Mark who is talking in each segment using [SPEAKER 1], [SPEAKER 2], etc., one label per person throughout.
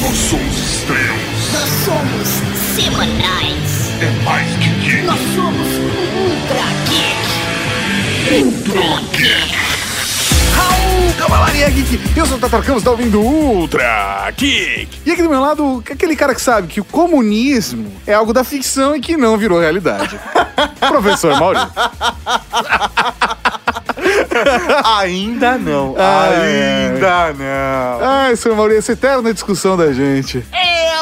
[SPEAKER 1] Nós somos extremos.
[SPEAKER 2] Nós somos semanais.
[SPEAKER 1] É mais que geek.
[SPEAKER 2] Nós somos Ultra Geek. Ultra Geek.
[SPEAKER 3] Raul, Cavalaria Geek. é Eu sou o Tatar Campos, tá ouvindo Ultra Geek. E aqui do meu lado, aquele cara que sabe que o comunismo é algo da ficção e que não virou realidade. Professor Maurício.
[SPEAKER 4] Ainda Ah, não.
[SPEAKER 3] Ai,
[SPEAKER 4] Ainda não.
[SPEAKER 3] Ai, senhor Maurício, eterna discussão da gente.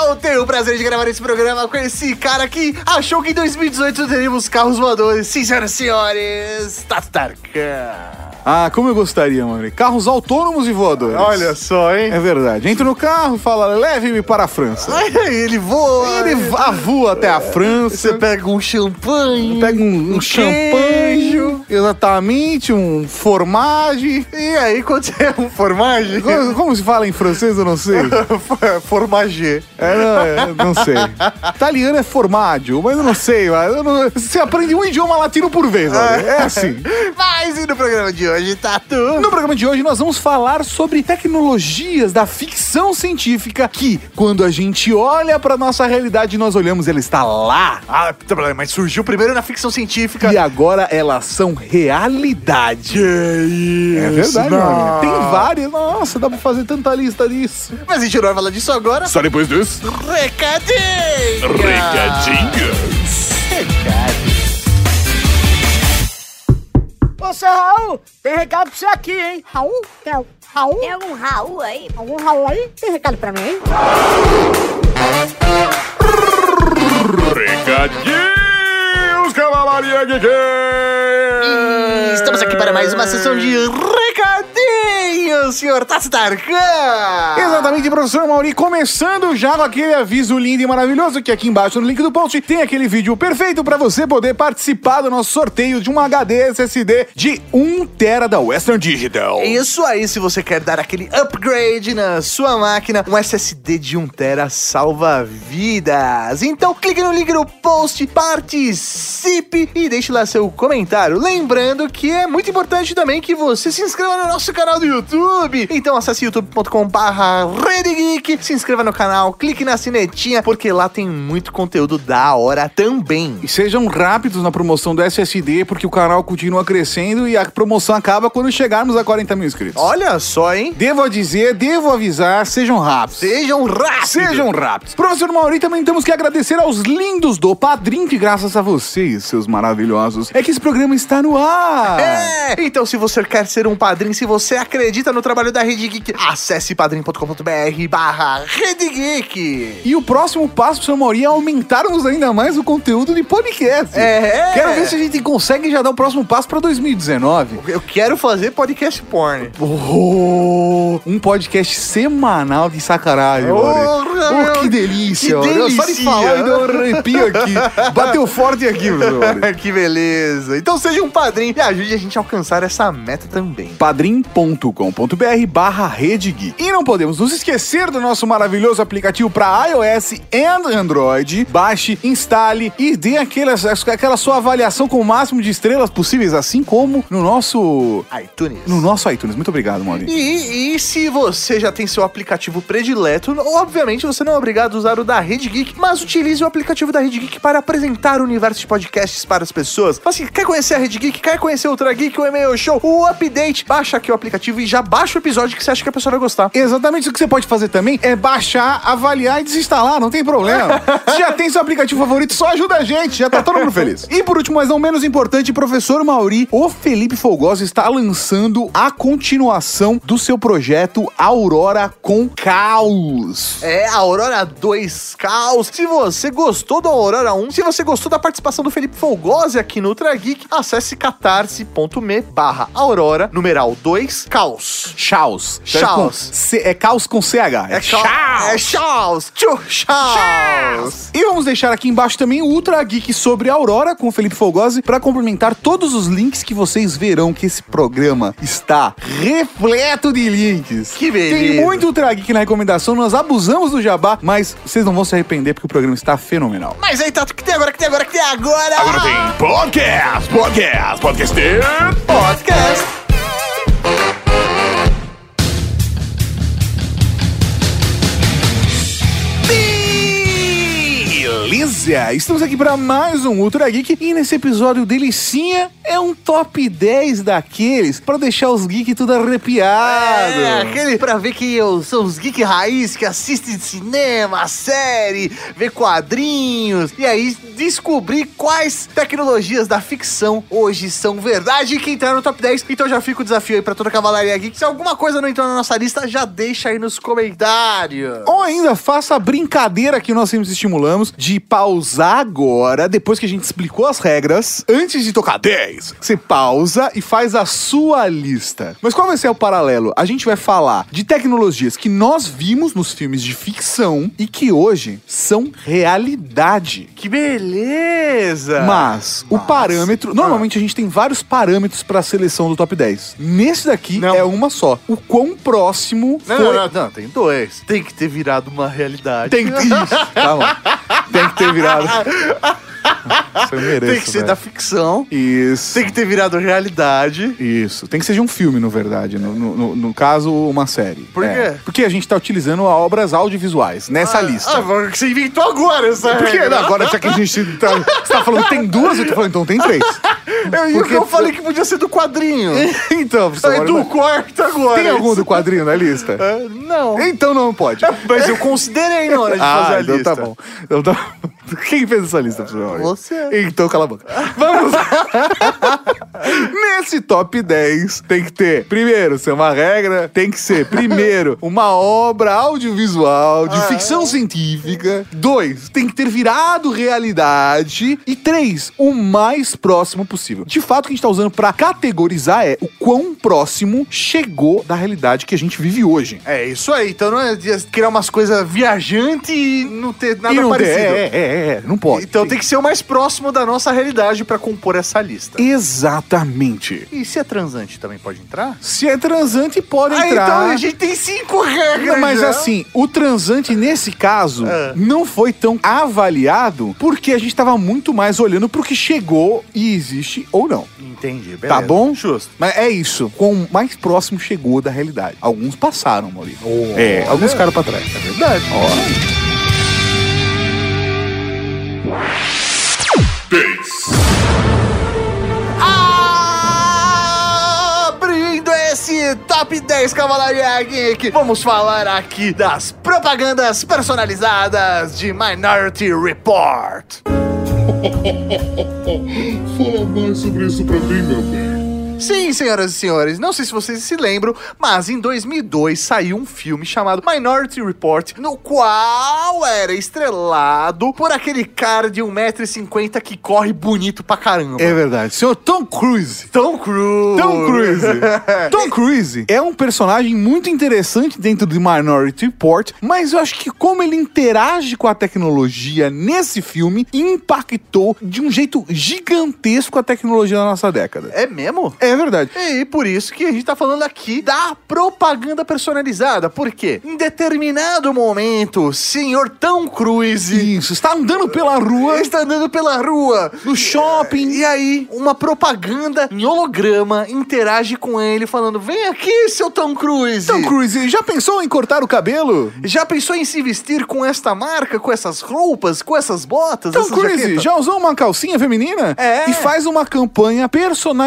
[SPEAKER 4] Eu tenho o prazer de gravar esse programa com esse cara que achou que em 2018 teríamos carros voadores. Sim, senhoras e senhores, Tatarkan.
[SPEAKER 3] Ah, como eu gostaria, Maurício. Carros autônomos e voadores.
[SPEAKER 4] Olha só, hein?
[SPEAKER 3] É verdade. Entra no carro, fala, leve-me para a França.
[SPEAKER 4] Ele voa.
[SPEAKER 3] Ele va- voa até a
[SPEAKER 4] Você
[SPEAKER 3] França.
[SPEAKER 4] pega um champanhe.
[SPEAKER 3] Pega um, um champanhe,
[SPEAKER 4] queijo.
[SPEAKER 3] exatamente, um formage.
[SPEAKER 4] E aí, quando você é um formagem?
[SPEAKER 3] Como, como se fala em francês, eu não sei.
[SPEAKER 4] Formagê.
[SPEAKER 3] É, não, é, não sei. Italiano é formaggio, mas eu não sei. mas eu não- você aprende um idioma latino por vez, olha. É assim.
[SPEAKER 4] Mas e no programa de hoje, tá Tatu?
[SPEAKER 3] No programa de hoje nós vamos falar sobre tecnologias da ficção científica que, quando a gente olha pra nossa realidade, nós olhamos ela está lá.
[SPEAKER 4] Ah, tá bom, mas surgiu primeiro na ficção científica.
[SPEAKER 3] E agora elas são realidade. É verdade, mano. Tem várias. Nossa, dá pra fazer tanta lista disso.
[SPEAKER 4] Mas a gente não vai falar disso agora.
[SPEAKER 1] Só depois desse.
[SPEAKER 4] Recadinho!
[SPEAKER 1] Recadinhos.
[SPEAKER 5] Ô, seu Raul, tem recado pra você aqui, hein? Raul? Tem al- Raul?
[SPEAKER 2] Tem É algum é Raul aí?
[SPEAKER 5] Algum Raul aí? Tem recado pra mim, hein?
[SPEAKER 1] Recadinhos, Cavalaria Geek.
[SPEAKER 4] Estamos aqui para mais uma sessão de recadinho, senhor Tassitarcan!
[SPEAKER 3] Exatamente, professor Mauri. Começando já com aquele aviso lindo e maravilhoso que aqui embaixo no link do post tem aquele vídeo perfeito para você poder participar do nosso sorteio de um HD SSD de 1 tera da Western Digital.
[SPEAKER 4] É Isso aí, se você quer dar aquele upgrade na sua máquina, um SSD de 1TB salva vidas. Então clique no link no post, participe e deixe lá seu comentário. Lembrando que é muito importante também que você se inscreva no nosso canal do YouTube. Então acesse youtube.com.br redegeek, se inscreva no canal, clique na sinetinha, porque lá tem muito conteúdo da hora também.
[SPEAKER 3] E sejam rápidos na promoção do SSD, porque o canal continua crescendo e a promoção acaba quando chegarmos a 40 mil inscritos.
[SPEAKER 4] Olha só, hein?
[SPEAKER 3] Devo a dizer, devo avisar, sejam rápidos.
[SPEAKER 4] Sejam rápidos!
[SPEAKER 3] Sejam rápidos. Professor Mauri, também temos que agradecer aos lindos do Padrim, que graças a vocês, seus maravilhosos, é que esse programa está no ar.
[SPEAKER 4] É! Então, se você quer ser um padrinho, se você acredita no trabalho da Rede Geek, acesse padrim.com.br barra Rede Geek.
[SPEAKER 3] E o próximo passo, professor Mauri, é aumentarmos ainda mais o conteúdo de podcast.
[SPEAKER 4] É.
[SPEAKER 3] Quero ver se a gente consegue já dar o próximo passo para 2019.
[SPEAKER 4] Eu quero fazer podcast porn.
[SPEAKER 3] Oh, um podcast semanal de sacanagem, Mauri.
[SPEAKER 4] Porra,
[SPEAKER 3] Oh, que
[SPEAKER 4] meu.
[SPEAKER 3] delícia,
[SPEAKER 4] que
[SPEAKER 3] Mauri. Eu Só de
[SPEAKER 4] delícia.
[SPEAKER 3] falar e deu um arrepio aqui. Bateu forte aqui, professor Mauri.
[SPEAKER 4] que beleza. Então seja um padrinho e ajude a gente a alcançar essa meta também.
[SPEAKER 3] padrim.com.br barra Rede Geek. E não podemos nos esquecer do nosso maravilhoso aplicativo para iOS e Android. Baixe, instale e dê aquela, aquela sua avaliação com o máximo de estrelas possíveis, assim como no nosso
[SPEAKER 4] iTunes.
[SPEAKER 3] no nosso iTunes. Muito obrigado, Maurício.
[SPEAKER 4] E, e se você já tem seu aplicativo predileto, obviamente você não é obrigado a usar o da Rede Geek, mas utilize o aplicativo da Rede Geek para apresentar o universo de podcasts para as pessoas. Mas se quer conhecer a Rede Geek, quer conhecer o Ultra Geek, o e-mail show, o update, baixa aqui o aplicativo e já baixa o episódio que você acha que a pessoa vai gostar.
[SPEAKER 3] Exatamente o que você pode fazer também é baixar, avaliar e desinstalar, não tem problema. Se já tem seu aplicativo favorito, só ajuda a gente, já tá todo mundo feliz. E por último, mas não menos importante, professor Mauri, o Felipe Folgosa está lançando a continuação do seu projeto Aurora com Caos.
[SPEAKER 4] É a Aurora 2 Caos. Se você gostou da Aurora 1, se você gostou da participação do Felipe Folgose aqui no Ultra Geek, acesse catarse.me barra Aurora, numeral 2 Caos.
[SPEAKER 3] Chaos. Então é com
[SPEAKER 4] Chaos.
[SPEAKER 3] C- é caos com CH.
[SPEAKER 4] É Charles! É Charles! Tio Charles!
[SPEAKER 3] E vamos deixar aqui embaixo também o Ultra Geek sobre a Aurora com o Felipe Fogosi para complementar todos os links que vocês verão que esse programa está repleto de links.
[SPEAKER 4] Que beleza.
[SPEAKER 3] Tem muito Ultra Geek na recomendação, nós abusamos do jabá, mas vocês não vão se arrepender porque o programa está fenomenal.
[SPEAKER 4] Mas aí, Tato, que tem agora, que tem agora, que tem agora? tá
[SPEAKER 1] Agora tem podcast, podcast, podcast.
[SPEAKER 4] podcast!
[SPEAKER 3] Notícia! Estamos aqui para mais um Ultra Geek e nesse episódio delicinha é um top 10 daqueles para deixar os geeks tudo arrepiado.
[SPEAKER 4] É, aquele pra ver que eu sou os geek raiz que assistem cinema, série, vê quadrinhos e aí descobrir quais tecnologias da ficção hoje são verdade e que entraram no top 10. Então já fica o desafio aí pra toda a Cavalaria Geek. Se alguma coisa não entrou na nossa lista, já deixa aí nos comentários.
[SPEAKER 3] Ou ainda faça a brincadeira que nós sempre estimulamos de pausar agora, depois que a gente explicou as regras, antes de tocar 10. Você pausa e faz a sua lista. Mas qual vai ser o paralelo? A gente vai falar de tecnologias que nós vimos nos filmes de ficção e que hoje são realidade.
[SPEAKER 4] Que beleza!
[SPEAKER 3] Mas o
[SPEAKER 4] Mas-
[SPEAKER 3] parâmetro. Normalmente a gente tem vários parâmetros pra seleção do top 10. Nesse daqui
[SPEAKER 4] Não.
[SPEAKER 3] é uma só. O quão próximo
[SPEAKER 4] Não,
[SPEAKER 3] foi.
[SPEAKER 4] não, não, não, tem dois. Tem que ter virado uma realidade.
[SPEAKER 3] Tem que ter. Isso, tá bom. Tem que ter virado. Você merece.
[SPEAKER 4] Tem que ser
[SPEAKER 3] velho.
[SPEAKER 4] da ficção.
[SPEAKER 3] Isso.
[SPEAKER 4] Tem que ter virado realidade.
[SPEAKER 3] Isso. Tem que ser de um filme, na verdade. No, no- no- no caso, uma série.
[SPEAKER 4] Por
[SPEAKER 3] É.
[SPEAKER 4] quê?
[SPEAKER 3] Porque a gente tá utilizando obras audiovisuais nessa lista.
[SPEAKER 4] Ah, mas você inventou agora essa
[SPEAKER 3] Por que?
[SPEAKER 4] regra.
[SPEAKER 3] Não, Agora, já que a gente tá, você tá falando que tem duas, eu tô falando, então tem três.
[SPEAKER 4] Eu,
[SPEAKER 3] Porque-
[SPEAKER 4] porque eu falei que podia ser do quadrinho.
[SPEAKER 3] Então, professor.
[SPEAKER 4] Aí do
[SPEAKER 3] olha,
[SPEAKER 4] quarto agora.
[SPEAKER 3] Tem algum
[SPEAKER 4] Isso.
[SPEAKER 3] do quadrinho na lista?
[SPEAKER 4] Ah, não.
[SPEAKER 3] Então não pode.
[SPEAKER 4] Mas eu considerei na hora de fazer a
[SPEAKER 3] então
[SPEAKER 4] lista.
[SPEAKER 3] tá bom. Então tá- Quem fez essa lista, professor?
[SPEAKER 4] Você.
[SPEAKER 3] Então cala a boca. Vamos Nesse top 10 tem que ter, primeiro, ser uma regra, tem que ser, primeiro, uma obra audiovisual
[SPEAKER 4] Ah.
[SPEAKER 3] de ficção científica. Dois, tem que ter virado realidade. E três, o mais próximo possível. De fato, o que a gente tá usando pra categorizar é o quão próximo chegou da realidade que a gente vive hoje.
[SPEAKER 4] É isso aí. Então não é de criar umas coisas viajantes e não ter nada
[SPEAKER 3] E não tem-
[SPEAKER 4] parecido.
[SPEAKER 3] é, é, é, é, não pode.
[SPEAKER 4] Então tem que ser o mais próximo da nossa realidade pra compor essa lista.
[SPEAKER 3] Exatamente.
[SPEAKER 4] E se é transante também pode entrar?
[SPEAKER 3] Se é transante, pode
[SPEAKER 4] Ah,
[SPEAKER 3] entrar.
[SPEAKER 4] então a gente tem cinco regras.
[SPEAKER 3] Não, mas
[SPEAKER 4] né?
[SPEAKER 3] assim, o transante nesse caso
[SPEAKER 4] Ah.
[SPEAKER 3] não foi tão avaliado porque a gente tava muito mais olhando pro que chegou e existe ou não. Tá
[SPEAKER 4] Entendi, beleza.
[SPEAKER 3] bom?
[SPEAKER 4] Justo.
[SPEAKER 3] Mas é isso. Quão mais próximo chegou da realidade. Alguns passaram, Maurício. é, alguns ficaram pra trás. É verdade.
[SPEAKER 4] Abrindo esse Top 10 Cavalaria Geek, vamos falar aqui das propagandas personalizadas de Minority Report.
[SPEAKER 1] Fala mais sobre isso pra mim, meu bem.
[SPEAKER 4] Sim, senhoras e senhores, não sei se vocês se lembram, mas em 2002 saiu um filme chamado Minority Report, no qual era estrelado por aquele cara de 1,50m que corre bonito pra caramba.
[SPEAKER 3] É verdade. Senhor Tom Cruise.
[SPEAKER 4] Tom Cruise.
[SPEAKER 3] Tom Cruise. Tom Cruise é um personagem muito interessante dentro de Minority Report, mas eu acho que como ele interage com a tecnologia nesse filme impactou de um jeito gigantesco a tecnologia da nossa década.
[SPEAKER 4] É mesmo?
[SPEAKER 3] É verdade.
[SPEAKER 4] E por isso que a gente tá falando aqui da propaganda personalizada. Por quê? Em determinado momento, senhor Tom Cruise
[SPEAKER 3] Isso, está andando pela rua,
[SPEAKER 4] está andando pela rua.
[SPEAKER 3] no shopping.
[SPEAKER 4] E aí, uma propaganda em holograma interage com ele, falando: Vem aqui, seu Tom Cruise.
[SPEAKER 3] Tom Cruise, já pensou em cortar o cabelo?
[SPEAKER 4] Já pensou em se vestir com esta marca, com essas roupas, com essas botas?
[SPEAKER 3] Tom
[SPEAKER 4] essa
[SPEAKER 3] Cruise
[SPEAKER 4] jaqueta?"
[SPEAKER 3] já usou uma calcinha feminina?
[SPEAKER 4] É.
[SPEAKER 3] E faz uma campanha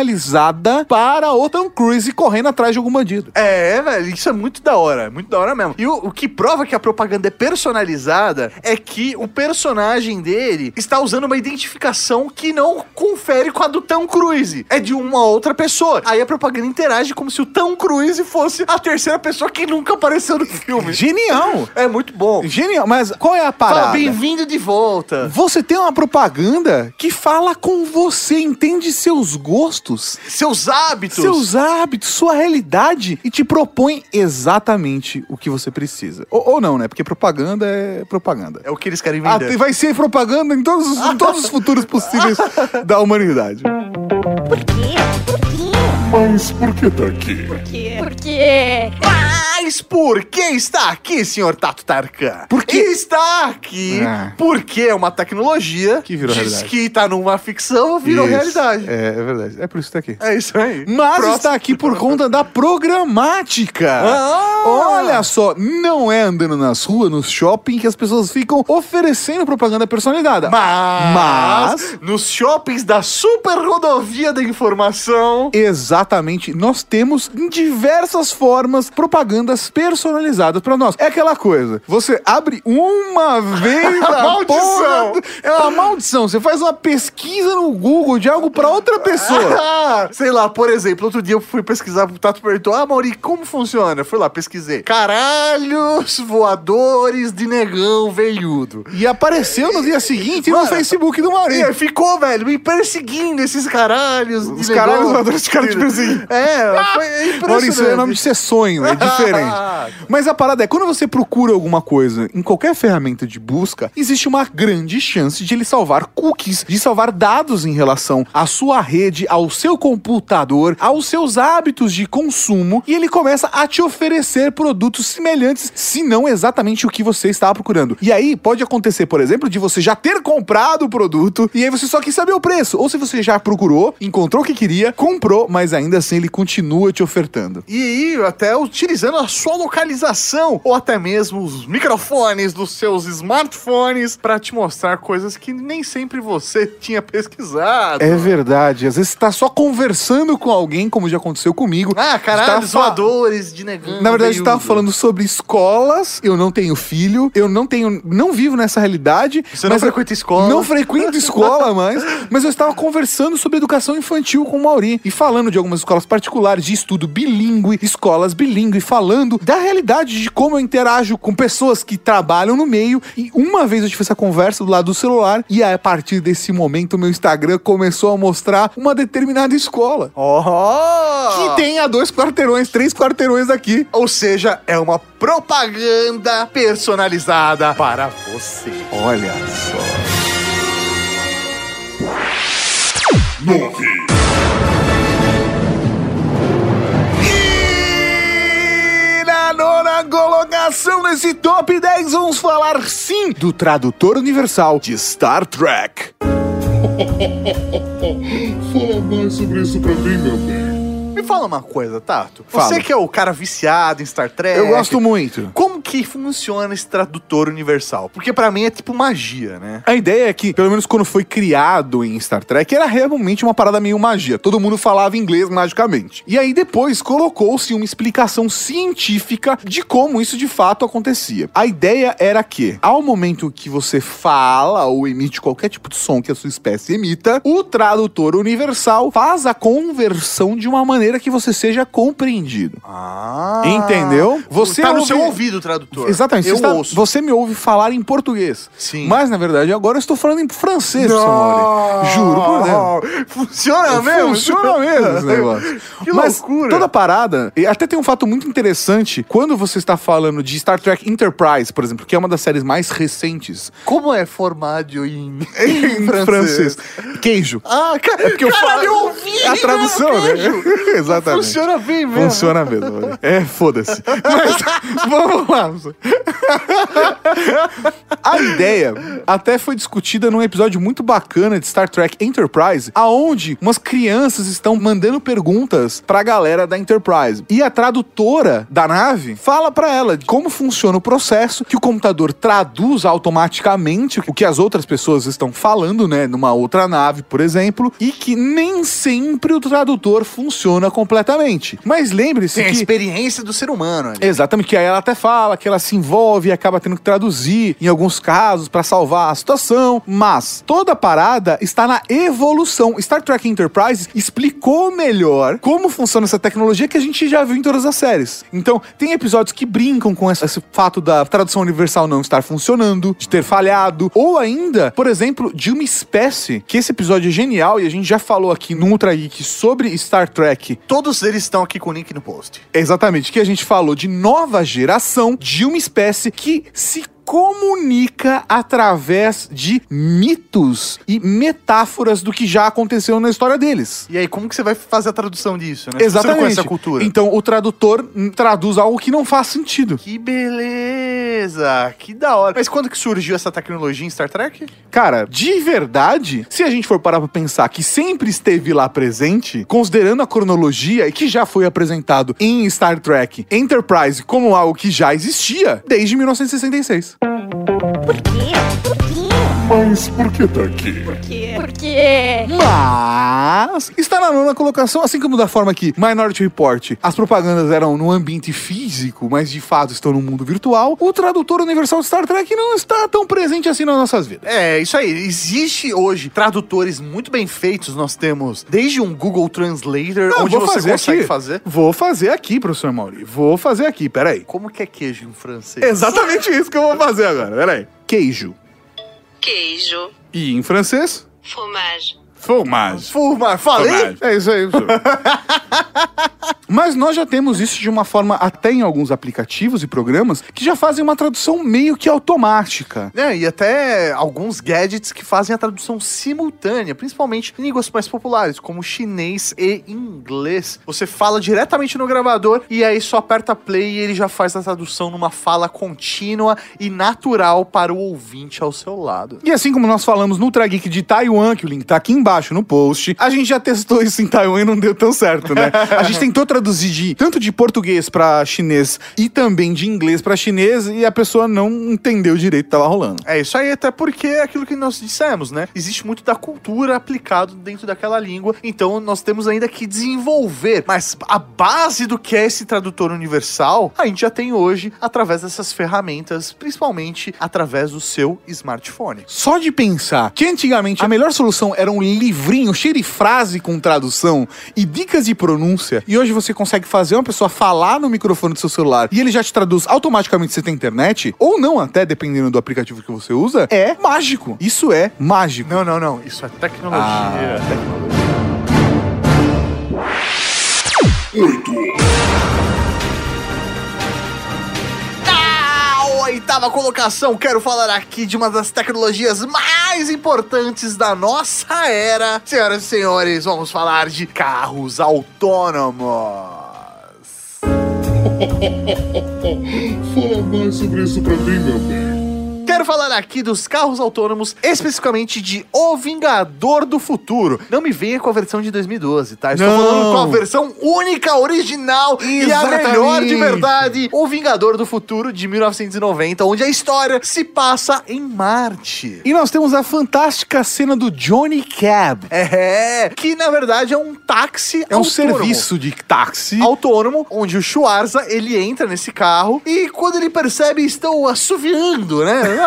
[SPEAKER 3] personalizada para o Tom Cruise correndo atrás de algum bandido.
[SPEAKER 4] É, velho, isso é muito da hora, muito da hora mesmo. E o, o que prova que a propaganda é personalizada é que o personagem dele está usando uma identificação que não confere com a do Tom Cruise. É de uma outra pessoa. Aí a propaganda interage como se o Tom Cruise fosse a terceira pessoa que nunca apareceu no filme.
[SPEAKER 3] Genial!
[SPEAKER 4] É muito bom.
[SPEAKER 3] Genial, mas qual é a
[SPEAKER 4] Fala,
[SPEAKER 3] parada?
[SPEAKER 4] bem-vindo de volta.
[SPEAKER 3] Você tem uma propaganda que fala com você, entende seus gostos,
[SPEAKER 4] Seus hábitos.
[SPEAKER 3] seus hábitos, sua realidade e te propõe exatamente o que você precisa. Ou, ou não, né? Porque propaganda é propaganda.
[SPEAKER 4] É o que eles querem
[SPEAKER 3] Ah,
[SPEAKER 4] vender.
[SPEAKER 3] vai ser propaganda em todos, os- em todos os futuros possíveis da humanidade.
[SPEAKER 2] Por quê? Por quê?
[SPEAKER 1] Mas por que tá aqui?
[SPEAKER 2] Por quê?
[SPEAKER 4] Mas por que está aqui, senhor Tato Tarkan?
[SPEAKER 3] Por que-
[SPEAKER 4] está aqui?
[SPEAKER 3] Ah.
[SPEAKER 4] Porque é uma tecnologia
[SPEAKER 3] Que virou
[SPEAKER 4] diz
[SPEAKER 3] realidade.
[SPEAKER 4] que tá numa ficção, virou
[SPEAKER 3] Isso.
[SPEAKER 4] realidade. É.
[SPEAKER 3] É, é verdade. É por isso que tá aqui.
[SPEAKER 4] isso aí.
[SPEAKER 3] Mas
[SPEAKER 4] Próximo.
[SPEAKER 3] está aqui por conta da programática.
[SPEAKER 4] Ah,
[SPEAKER 3] Olha só, não é andando nas ruas, no shopping, que as pessoas ficam oferecendo propaganda personalizada.
[SPEAKER 4] Mas,
[SPEAKER 3] Mas-
[SPEAKER 4] nos shoppings da super rodovia da informação.
[SPEAKER 3] Exatamente, nós temos em diversas formas propagandas personalizadas pra nós. É aquela coisa, você abre uma vez a
[SPEAKER 4] Maldição!
[SPEAKER 3] porra do- é uma maldição. Você faz uma pesquisa no Google de algo pra outra pessoa.
[SPEAKER 4] Ah, sei lá, por exemplo, outro dia eu fui pesquisar, o Tato perguntou, ah, Mauri, como funciona? Eu fui lá, pesquisei. Caralhos voadores de negão veiudo.
[SPEAKER 3] E apareceu no dia seguinte
[SPEAKER 4] Mano,
[SPEAKER 3] no Facebook do
[SPEAKER 4] E aí
[SPEAKER 3] Maurício.
[SPEAKER 4] ficou, velho, me perseguindo esses caralhos.
[SPEAKER 3] Os caralhos voadores ficaram te perseguindo.
[SPEAKER 4] É, foi impressionante.
[SPEAKER 3] Maurício, é nome de ser sonho, é diferente. Mas a parada é, quando você procura alguma coisa em qualquer ferramenta de busca, existe uma grande chance de ele salvar cookies, de salvar dados em relação à sua rede, ao seu computador, aos seus hábitos de consumo, e ele começa a te oferecer produtos semelhantes, se não exatamente o que você estava procurando. E aí pode acontecer, por exemplo, de você já ter comprado o produto e aí você só quis saber o preço, ou se você já procurou, encontrou o que queria, comprou, mas ainda assim ele continua te ofertando.
[SPEAKER 4] E aí, até utilizando a sua localização ou até mesmo os microfones dos seus smartphones pra te mostrar coisas que nem sempre você tinha pesquisado.
[SPEAKER 3] É verdade. Às vezes você tá só conversando com alguém, como já aconteceu comigo.
[SPEAKER 4] Ah, caralho,
[SPEAKER 3] Você tá fa-
[SPEAKER 4] zoadores de negão.
[SPEAKER 3] Na verdade, você tava
[SPEAKER 4] veiudo.
[SPEAKER 3] falando sobre escolas. Eu não tenho filho, eu não tenho. não vivo nessa realidade.
[SPEAKER 4] Você não
[SPEAKER 3] mas eu-
[SPEAKER 4] frequenta escola.
[SPEAKER 3] Não frequento escola mais. Mas eu estava conversando sobre educação infantil com o Mauri. E falando de algumas escolas particulares, de estudo bilíngue, escolas bilíngue, falando da realidade de como eu interajo com pessoas que trabalham no meio. E uma vez eu tive essa conversa do lado do celular, e a partir desse momento, meu Instagram começou a mostrar uma determinada escola.
[SPEAKER 4] Oh!
[SPEAKER 3] Que tem a dois quarteirões, três quarteirões aqui.
[SPEAKER 4] Ou seja, é uma propaganda personalizada para você.
[SPEAKER 3] Olha só.
[SPEAKER 1] 9,
[SPEAKER 3] E na nona colocação nesse top 10, vamos falar sim do tradutor universal de Star Trek.
[SPEAKER 1] fala mais sobre isso pra mim, meu bem.
[SPEAKER 4] Me fala uma coisa, Tato. Você
[SPEAKER 3] Fala.
[SPEAKER 4] que é o cara viciado em Star Trek.
[SPEAKER 3] Eu gosto muito.
[SPEAKER 4] Como que funciona esse tradutor universal? Porque pra mim é tipo magia, né?
[SPEAKER 3] A ideia é que, pelo menos quando foi criado em Star Trek, era realmente uma parada meio magia. Todo mundo falava inglês magicamente. E aí depois colocou-se uma explicação científica de como isso de fato acontecia. A ideia era que, ao momento que você fala ou emite qualquer tipo de som que a sua espécie emita, o tradutor universal faz a conversão de uma maneira que você seja compreendido.
[SPEAKER 4] Ah.
[SPEAKER 3] Entendeu? Você é
[SPEAKER 4] tá no
[SPEAKER 3] ouve-
[SPEAKER 4] seu ouvido, tradutor.
[SPEAKER 3] um Exatamente.
[SPEAKER 4] Eu
[SPEAKER 3] você, está-
[SPEAKER 4] ouço.
[SPEAKER 3] você me ouve falar em português.
[SPEAKER 4] Sim.
[SPEAKER 3] Mas, na verdade, agora eu estou falando em francês, seu
[SPEAKER 4] Não.
[SPEAKER 3] Mauri. Juro por Deus.
[SPEAKER 4] Funciona É mesmo?
[SPEAKER 3] Funciona mesmo esse negócio.
[SPEAKER 4] Que
[SPEAKER 3] Mas
[SPEAKER 4] loucura.
[SPEAKER 3] toda parada, e até tem um fato muito interessante, quando você está falando de Star Trek Enterprise, por exemplo, que é uma das séries mais recentes
[SPEAKER 4] Como é formado em,
[SPEAKER 3] em francês. Queijo.
[SPEAKER 4] Ah, cara,
[SPEAKER 3] Porque eu
[SPEAKER 4] caralho,
[SPEAKER 3] falo-
[SPEAKER 4] eu ouvi!
[SPEAKER 3] É a tradução, né? Exatamente.
[SPEAKER 4] Funciona bem mesmo.
[SPEAKER 3] Funciona mesmo. velho. É, foda-se. Mas vamos lá. A ideia até foi discutida num episódio muito bacana de Star Trek Enterprise, aonde umas crianças estão mandando perguntas pra galera da Enterprise. E a tradutora da nave fala pra ela de como funciona o processo, que o computador traduz automaticamente o que as outras pessoas estão falando, né, numa outra nave, por exemplo, e que nem sempre o tradutor funciona completamente. Mas lembre-se
[SPEAKER 4] Tem a
[SPEAKER 3] que
[SPEAKER 4] experiência do ser humano ali.
[SPEAKER 3] Exatamente, que aí ela até fala que ela se envolve e acaba tendo que traduzir em alguns casos pra salvar a situação, mas toda a parada está na evolução. Star Trek Enterprise explicou melhor como funciona essa tecnologia que a gente já viu em todas as séries. Então, tem episódios que brincam com esse, esse fato da tradução universal não estar funcionando, de ter falhado, ou ainda, por exemplo, de uma espécie, que esse episódio é genial e a gente já falou aqui no Ultra Geek sobre Star Trek
[SPEAKER 4] Todos eles estão aqui com o link no post.
[SPEAKER 3] Exatamente, que a gente falou de nova geração de uma espécie que se comunica através de mitos e metáforas do que já aconteceu na história deles.
[SPEAKER 4] E aí, como que você vai fazer a tradução disso, né? Se Você não
[SPEAKER 3] Exatamente.
[SPEAKER 4] conhece a cultura.
[SPEAKER 3] Então o tradutor hum, traduz algo que não faz sentido.
[SPEAKER 4] Que beleza! Que da hora. Mas quando que surgiu essa tecnologia em Star Trek?
[SPEAKER 3] Cara, de verdade, se a gente for parar pra pensar que sempre esteve lá presente, considerando a cronologia e que já foi apresentado em Star Trek Enterprise como algo que já existia desde 1966.
[SPEAKER 1] Mas por que tá aqui?
[SPEAKER 2] Por quê?
[SPEAKER 3] Mas está na nona colocação, assim como da forma que Minority Report, as propagandas eram no ambiente físico, mas de fato estão no mundo virtual, o tradutor universal de Star Trek não está tão presente assim nas nossas vidas.
[SPEAKER 4] É, isso aí. Existe hoje tradutores muito bem feitos. Nós temos desde um Google Translator,
[SPEAKER 3] Não,
[SPEAKER 4] É, onde você consegue fazer.
[SPEAKER 3] Vou fazer aqui, professor Mauri. Vou fazer aqui, peraí.
[SPEAKER 4] Como que é queijo em francês?
[SPEAKER 3] Exatamente isso que eu vou fazer agora, peraí. Queijo.
[SPEAKER 6] queijo,
[SPEAKER 3] E em francês,
[SPEAKER 6] fromage,
[SPEAKER 3] fromage.
[SPEAKER 4] Fuma, falei?
[SPEAKER 3] Fromage. É isso aí, professor. Mas nós já temos isso de uma forma, até em alguns aplicativos e programas, que já fazem uma tradução meio que automática.
[SPEAKER 4] É, e até alguns gadgets que fazem a tradução simultânea, principalmente em línguas mais populares, como chinês e inglês. Você fala diretamente no gravador e aí só aperta play e ele já faz a tradução numa fala contínua e natural para o ouvinte ao seu lado.
[SPEAKER 3] E assim como nós falamos no Trageek de Taiwan, que o link tá aqui embaixo no post, a gente já testou isso em Taiwan e não deu tão certo, né? A gente tentou traduzir de tanto de português pra chinês e também de inglês pra chinês e a pessoa não entendeu direito o que tava rolando.
[SPEAKER 4] É isso aí, até porque é aquilo que nós dissemos, né? Existe muito da cultura aplicado dentro daquela língua, então nós temos ainda que desenvolver. Mas a base do que é esse tradutor universal, a gente já tem hoje através dessas ferramentas, principalmente através do seu smartphone.
[SPEAKER 3] Só de pensar que antigamente a melhor solução era um livrinho cheio de frase com tradução e dicas de pronúncia, e hoje você consegue fazer uma pessoa falar no microfone do seu celular e ele já te traduz automaticamente se você tem internet, ou não até, dependendo do aplicativo que você usa, é mágico. Isso é mágico.
[SPEAKER 4] Não, não, não, isso é tecnologia.
[SPEAKER 3] Ah.
[SPEAKER 4] Tecnologia.
[SPEAKER 1] 8.
[SPEAKER 4] A Tá, oitava colocação, quero falar aqui de uma das tecnologias mais importantes da nossa era. Senhoras e senhores, vamos falar de carros autônomos.
[SPEAKER 1] Fala mais sobre isso pra mim, meu bem.
[SPEAKER 4] Quero falar aqui dos carros autônomos, especificamente de O Vingador do Futuro. Não me venha com a versão de 2012, tá? Estou
[SPEAKER 3] Não.
[SPEAKER 4] falando com a versão única, original e a
[SPEAKER 3] Exatamente.
[SPEAKER 4] melhor de verdade. O Vingador do Futuro de 1990, onde a história se passa em Marte.
[SPEAKER 3] E nós temos a fantástica cena do Johnny Cab.
[SPEAKER 4] É, que na verdade é um táxi
[SPEAKER 3] É um
[SPEAKER 4] autônomo.
[SPEAKER 3] serviço de táxi.
[SPEAKER 4] autônomo, onde o Schwarza, ele entra nesse carro e quando ele percebe, estão assoviando, né?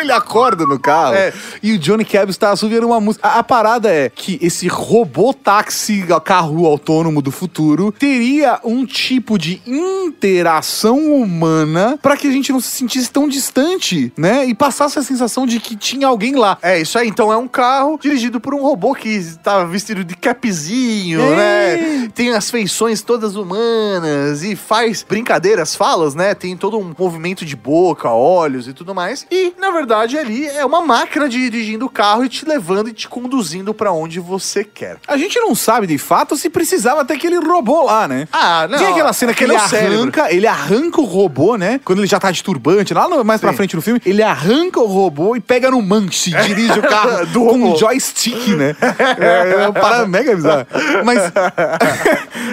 [SPEAKER 3] Ele acorda no carro.
[SPEAKER 4] É.
[SPEAKER 3] E o Johnny Cab está assumindo uma música. A, a parada é que esse robô táxi, carro autônomo do futuro, teria um tipo de interação humana para que a gente não se sentisse tão distante, né? E passasse a sensação de que tinha alguém lá.
[SPEAKER 4] É, isso aí. Então é um carro dirigido por um robô que tá vestido de capzinho, né? Tem as feições todas humanas e faz brincadeiras, falas, né? Tem todo um movimento de boca, olhos e tudo mais. E, na verdade, ali é uma máquina dirigindo o carro e te levando e te conduzindo pra onde você quer.
[SPEAKER 3] A gente não sabe de fato se precisava ter aquele robô lá, né?
[SPEAKER 4] Ah, não.
[SPEAKER 3] Tem aquela cena que
[SPEAKER 4] aquele
[SPEAKER 3] ele
[SPEAKER 4] é o cérebro.
[SPEAKER 3] arranca, ele arranca o robô, né? Quando ele já tá de turbante, lá no- mais pra
[SPEAKER 4] Sim.
[SPEAKER 3] frente no filme, ele arranca o robô e pega no manche, dirige o carro
[SPEAKER 4] Do
[SPEAKER 3] com
[SPEAKER 4] robô.
[SPEAKER 3] um joystick, né? É, é uma parada mega bizarra. Mas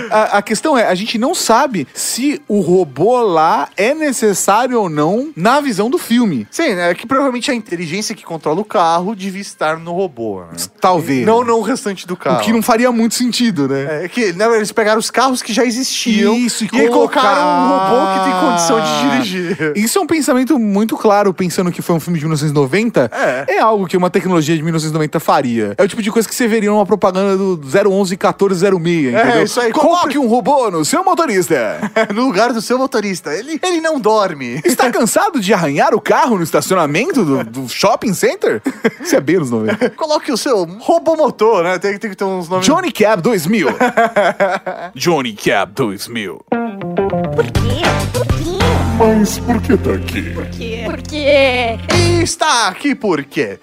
[SPEAKER 3] a, a questão é, a gente não sabe se o robô lá é necessário ou não na visão do filme.
[SPEAKER 4] Sim, né? Que provavelmente a inteligência que controla o carro devia estar no robô, né?
[SPEAKER 3] Talvez.
[SPEAKER 4] Não, não o restante do carro.
[SPEAKER 3] O que não faria muito sentido, né?
[SPEAKER 4] É que né, eles pegaram os carros que já existiam
[SPEAKER 3] Isso, e
[SPEAKER 4] aí colocaram um Ah. robô que tem
[SPEAKER 3] colocar-
[SPEAKER 4] condição de dirigir.
[SPEAKER 3] Isso é um pensamento muito claro, pensando que foi um filme de 1990.
[SPEAKER 4] É.
[SPEAKER 3] algo que uma tecnologia de 1990 faria. É o tipo de coisa que você veria numa propaganda do 011 1406, entendeu?
[SPEAKER 4] isso aí.
[SPEAKER 3] Coloque um robô no seu motorista.
[SPEAKER 4] É, no lugar do seu motorista. Ele, ele não dorme.
[SPEAKER 3] Está cansado de arranhar o carro no estacionamento do, do shopping center? Isso é bem nos 90.
[SPEAKER 4] Coloque o seu robô motor, né? Tem, tem que ter uns nomes.
[SPEAKER 3] Johnny Cab 2000. Johnny Cab 2000.
[SPEAKER 2] Por quê? Por quê?
[SPEAKER 1] Mas por que tá aqui?
[SPEAKER 2] Por quê?
[SPEAKER 4] E está aqui por quê?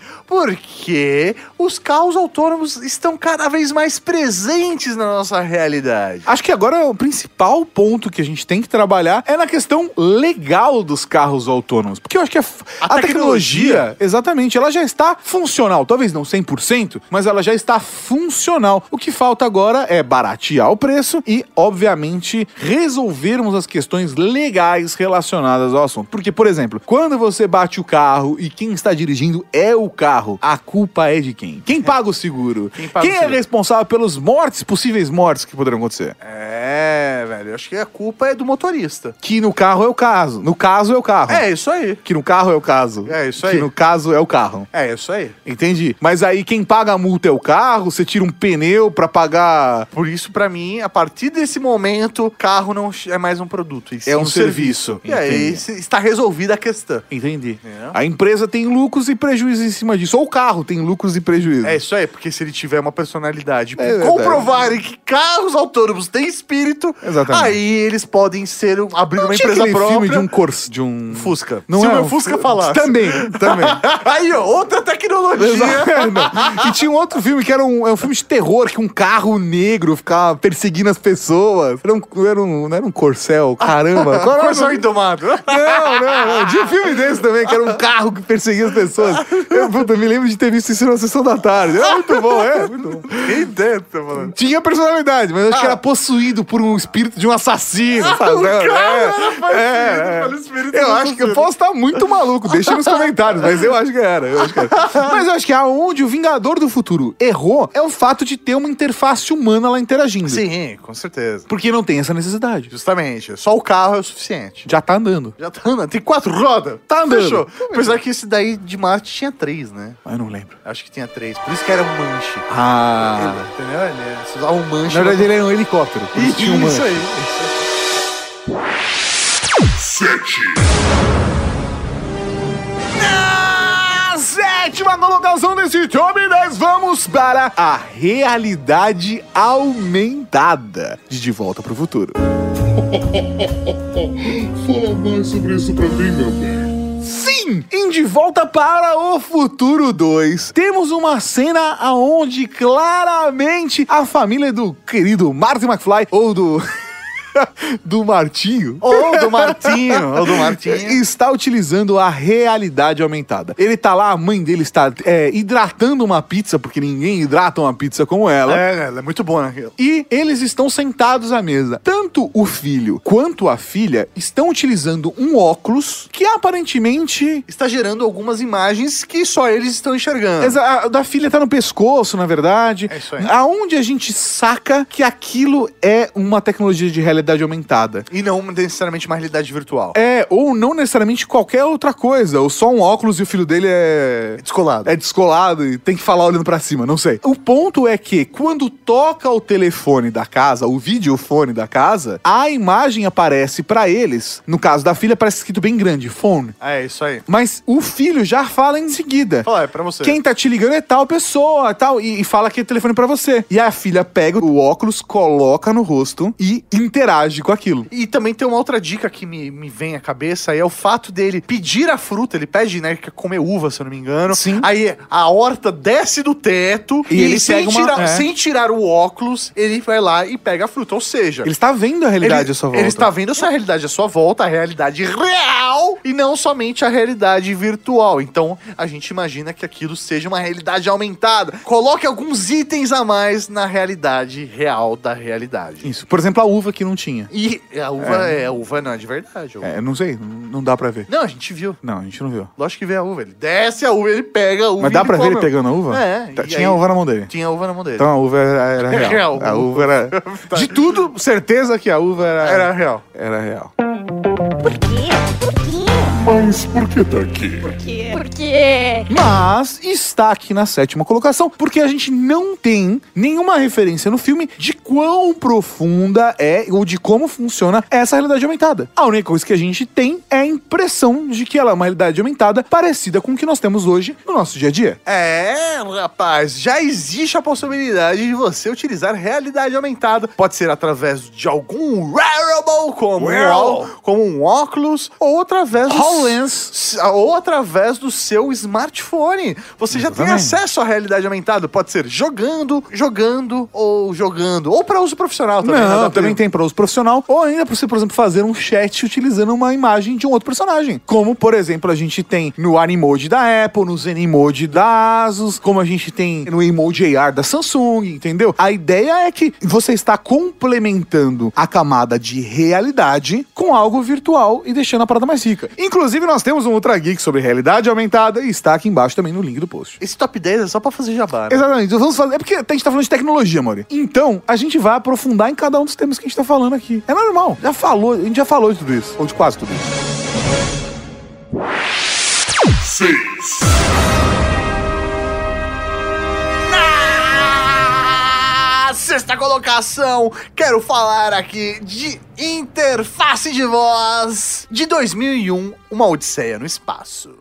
[SPEAKER 4] Porque os carros autônomos estão cada vez mais presentes na nossa realidade.
[SPEAKER 3] Acho que agora o principal ponto que a gente tem que trabalhar é na questão legal dos carros autônomos. Porque eu acho que a, f-
[SPEAKER 4] A
[SPEAKER 3] a tecnologia, É, exatamente, ela já está funcional. Talvez não 100%, mas ela já está funcional. O que falta agora é baratear o preço e, obviamente, resolvermos as questões legais relacionadas ao assunto. Porque, por exemplo, quando você bate o carro e quem está dirigindo é o carro, a culpa é de quem? Quem paga o seguro?
[SPEAKER 4] Quem
[SPEAKER 3] Quem,
[SPEAKER 4] paga o
[SPEAKER 3] é
[SPEAKER 4] seguro?
[SPEAKER 3] responsável pelos mortes, possíveis mortes que poderão acontecer?
[SPEAKER 4] É, velho, acho que a culpa é do motorista.
[SPEAKER 3] Que no carro é o caso. No caso é o carro.
[SPEAKER 4] É isso aí.
[SPEAKER 3] Que no carro é o caso.
[SPEAKER 4] É, isso aí.
[SPEAKER 3] Que no caso é o carro.
[SPEAKER 4] É isso aí.
[SPEAKER 3] Entendi. Mas aí quem paga a multa é o carro, você tira um pneu pra pagar.
[SPEAKER 4] Por isso, pra mim, a partir desse momento, carro não é mais um produto. e sim
[SPEAKER 3] É um serviço.
[SPEAKER 4] E aí
[SPEAKER 3] Entendi.
[SPEAKER 4] se- está resolvida a questão.
[SPEAKER 3] Entendi.
[SPEAKER 4] É.
[SPEAKER 3] A empresa tem lucros e prejuízos em cima disso. Ou o carro tem lucros e prejuízos.
[SPEAKER 4] É isso aí, porque se ele tiver uma personalidade
[SPEAKER 3] É verdade.
[SPEAKER 4] comprovarem que carros autônomos têm espírito,
[SPEAKER 3] Exatamente.
[SPEAKER 4] aí eles podem ser um- abrir
[SPEAKER 3] Não
[SPEAKER 4] uma
[SPEAKER 3] tinha
[SPEAKER 4] empresa
[SPEAKER 3] aquele
[SPEAKER 4] própria.
[SPEAKER 3] filme de um corso, de um
[SPEAKER 4] Fusca.
[SPEAKER 3] Não
[SPEAKER 4] se
[SPEAKER 3] é
[SPEAKER 4] o meu
[SPEAKER 3] um
[SPEAKER 4] Fusca
[SPEAKER 3] Fusca.
[SPEAKER 4] falasse.
[SPEAKER 3] Também, também.
[SPEAKER 4] aí, ó, outra tecnologia.
[SPEAKER 3] Exato. e tinha um outro filme que era um, era um filme de terror, que um carro negro ficava perseguindo as pessoas. Era um, era um, não era um corcel, caramba. Qual era o
[SPEAKER 4] Coração
[SPEAKER 3] nome?
[SPEAKER 4] indomado.
[SPEAKER 3] Não, não, não. Tinha um filme desse também, que era um carro que perseguia as pessoas. Eu, puta, me lembro de ter visto isso na sessão da tarde. É muito bom, é muito bom.
[SPEAKER 4] Quem dentro, mano?
[SPEAKER 3] Tinha personalidade, mas acho
[SPEAKER 4] Ah.
[SPEAKER 3] que era possuído por um espírito de um assassino, sabe?
[SPEAKER 4] o
[SPEAKER 3] É,
[SPEAKER 4] cara
[SPEAKER 3] é,
[SPEAKER 4] Ah, um era
[SPEAKER 3] é.
[SPEAKER 4] pelo espírito um do
[SPEAKER 3] Eu acho que eu posso estar muito maluco, deixa nos comentários, mas eu acho que era. eu acho que era. Mas eu acho que é aonde o Vingador do Futuro errou é o fato de ter uma interface humana lá interagindo.
[SPEAKER 4] Sim, com certeza.
[SPEAKER 3] Porque não tem essa necessidade.
[SPEAKER 4] Justamente. Só o carro é o suficiente.
[SPEAKER 3] Já tá andando.
[SPEAKER 4] Já tá andando. Tem quatro rodas.
[SPEAKER 3] Tá andando.
[SPEAKER 4] Fechou. Apesar é que esse daí de Marte tinha três, né?
[SPEAKER 3] Mas eu não lembro.
[SPEAKER 4] Acho que tinha três. Por isso que era um manche.
[SPEAKER 3] Ah.
[SPEAKER 4] Entendeu? Ele se usava um manche.
[SPEAKER 3] Na verdade, ele era um helicóptero. por isso tinha um
[SPEAKER 4] isso
[SPEAKER 3] manche.
[SPEAKER 4] aí.
[SPEAKER 3] Na sétima colocação desse top 10, vamos para a realidade aumentada de De Volta pro Futuro.
[SPEAKER 1] Fala mais sobre isso pra mim, meu bem.
[SPEAKER 3] Sim! Em De Volta para o Futuro 2, temos uma cena aonde claramente a família do querido Martin McFly ou do. do Martinho.
[SPEAKER 4] Ou
[SPEAKER 3] né?
[SPEAKER 4] do Martinho. Ou do Martinho.
[SPEAKER 3] Está utilizando a realidade aumentada. Ele tá lá, a mãe dele está é, hidratando uma pizza, porque ninguém hidrata uma pizza como ela.
[SPEAKER 4] É, ela é muito boa naquilo.
[SPEAKER 3] E eles estão sentados à mesa. Tanto o filho quanto a filha estão utilizando um óculos que aparentemente
[SPEAKER 4] Está gerando algumas imagens que só eles estão enxergando.
[SPEAKER 3] Exa- a- da filha tá no pescoço, na verdade.
[SPEAKER 4] É isso aí.
[SPEAKER 3] Aonde a gente saca que aquilo é uma tecnologia de realidade aumentada.
[SPEAKER 4] E não necessariamente uma realidade virtual.
[SPEAKER 3] É, ou não necessariamente qualquer outra coisa, ou só um óculos e o filho dele é
[SPEAKER 4] descolado.
[SPEAKER 3] é descolado e tem que falar olhando pra cima, não sei. O ponto é que quando toca o telefone da casa, o videofone da casa, a imagem aparece pra eles. No caso da filha parece escrito bem grande, phone.
[SPEAKER 4] É, isso aí.
[SPEAKER 3] Mas o filho já fala em seguida.
[SPEAKER 4] Fala, é pra você.
[SPEAKER 3] Quem tá te ligando é tal pessoa, tal, e, e fala que é telefone pra você. E a filha pega o óculos, coloca no rosto e interage com aquilo.
[SPEAKER 4] E também tem uma outra dica que me, me vem à cabeça, e é o fato dele pedir a fruta, ele pede, né, que comer uva, se eu não me engano.
[SPEAKER 3] Sim.
[SPEAKER 4] Aí a horta desce do teto
[SPEAKER 3] E ele
[SPEAKER 4] sem,
[SPEAKER 3] pega uma-
[SPEAKER 4] tirar,
[SPEAKER 3] é.
[SPEAKER 4] sem tirar o óculos, ele vai lá e pega a fruta. Ou seja,
[SPEAKER 3] Ele está vendo a realidade à sua volta.
[SPEAKER 4] ele tá está vendo a sua realidade à sua volta, a realidade real, e não somente a realidade virtual. Então, a gente imagina que aquilo seja uma realidade aumentada. Coloque alguns itens a mais na realidade real da realidade.
[SPEAKER 3] Isso. Por exemplo, a uva que não tinha.
[SPEAKER 4] E a uva é, a uva não é de verdade. a uva.
[SPEAKER 3] É, não sei, n- não dá pra ver.
[SPEAKER 4] Não, a gente viu.
[SPEAKER 3] Não, a gente não viu.
[SPEAKER 4] Lógico que vê a uva. Ele desce a uva, ele pega a uva.
[SPEAKER 3] Mas
[SPEAKER 4] e
[SPEAKER 3] dá pra ver ele
[SPEAKER 4] come.
[SPEAKER 3] pegando a uva?
[SPEAKER 4] É,
[SPEAKER 3] Tá-
[SPEAKER 4] e
[SPEAKER 3] tinha
[SPEAKER 4] aí-
[SPEAKER 3] a uva na mão dele.
[SPEAKER 4] Tinha a uva na mão dele.
[SPEAKER 3] Então a uva era, era
[SPEAKER 4] É
[SPEAKER 3] real.
[SPEAKER 4] real.
[SPEAKER 3] A uva era. De tudo, certeza que a uva era.
[SPEAKER 4] Era real.
[SPEAKER 3] era real.
[SPEAKER 1] Mas por que tá aqui?
[SPEAKER 2] Por quê?
[SPEAKER 3] Mas está aqui na sétima colocação, porque a gente não tem nenhuma referência no filme de quão profunda é ou de como funciona essa realidade aumentada. A única coisa que a gente tem é a impressão de que ela é uma realidade aumentada parecida com o que nós temos hoje no nosso dia a dia.
[SPEAKER 4] É, rapaz, já existe a possibilidade de você utilizar realidade aumentada. Pode ser através de algum wearable como,
[SPEAKER 3] Well.
[SPEAKER 4] um, ó- como um óculos ou através do,
[SPEAKER 3] HoloLens.
[SPEAKER 4] s- ou através do seu smartphone. Você já tem
[SPEAKER 3] Exatamente.
[SPEAKER 4] acesso à realidade aumentada, pode ser jogando, jogando ou jogando, ou para uso profissional também. né,
[SPEAKER 3] não,
[SPEAKER 4] nada
[SPEAKER 3] também tem para uso profissional. Ou ainda pra você, por exemplo, fazer um chat utilizando uma imagem de um outro personagem. Como, por exemplo, a gente tem no Animoji da Apple, no Zenimoji da Asus, como a gente tem no Emoji AR da Samsung, entendeu? A ideia é que você está complementando a camada de realidade com algo virtual e deixando a parada mais rica. Inclusive, nós temos um Ultra Geek sobre realidade aumentada e está aqui embaixo também no link do post.
[SPEAKER 4] Esse top 10 é só pra fazer jabá. né?
[SPEAKER 3] Exatamente. Vamos fazer. É porque a gente tá falando de tecnologia, Mauri. Então, a gente vai aprofundar em cada um dos temas que a gente tá falando aqui. É normal. Já falou, a gente já falou de tudo isso. Ou de quase tudo isso.
[SPEAKER 4] A Ah, sexta colocação, quero falar aqui de interface de voz de 2001, Uma Odisseia no Espaço.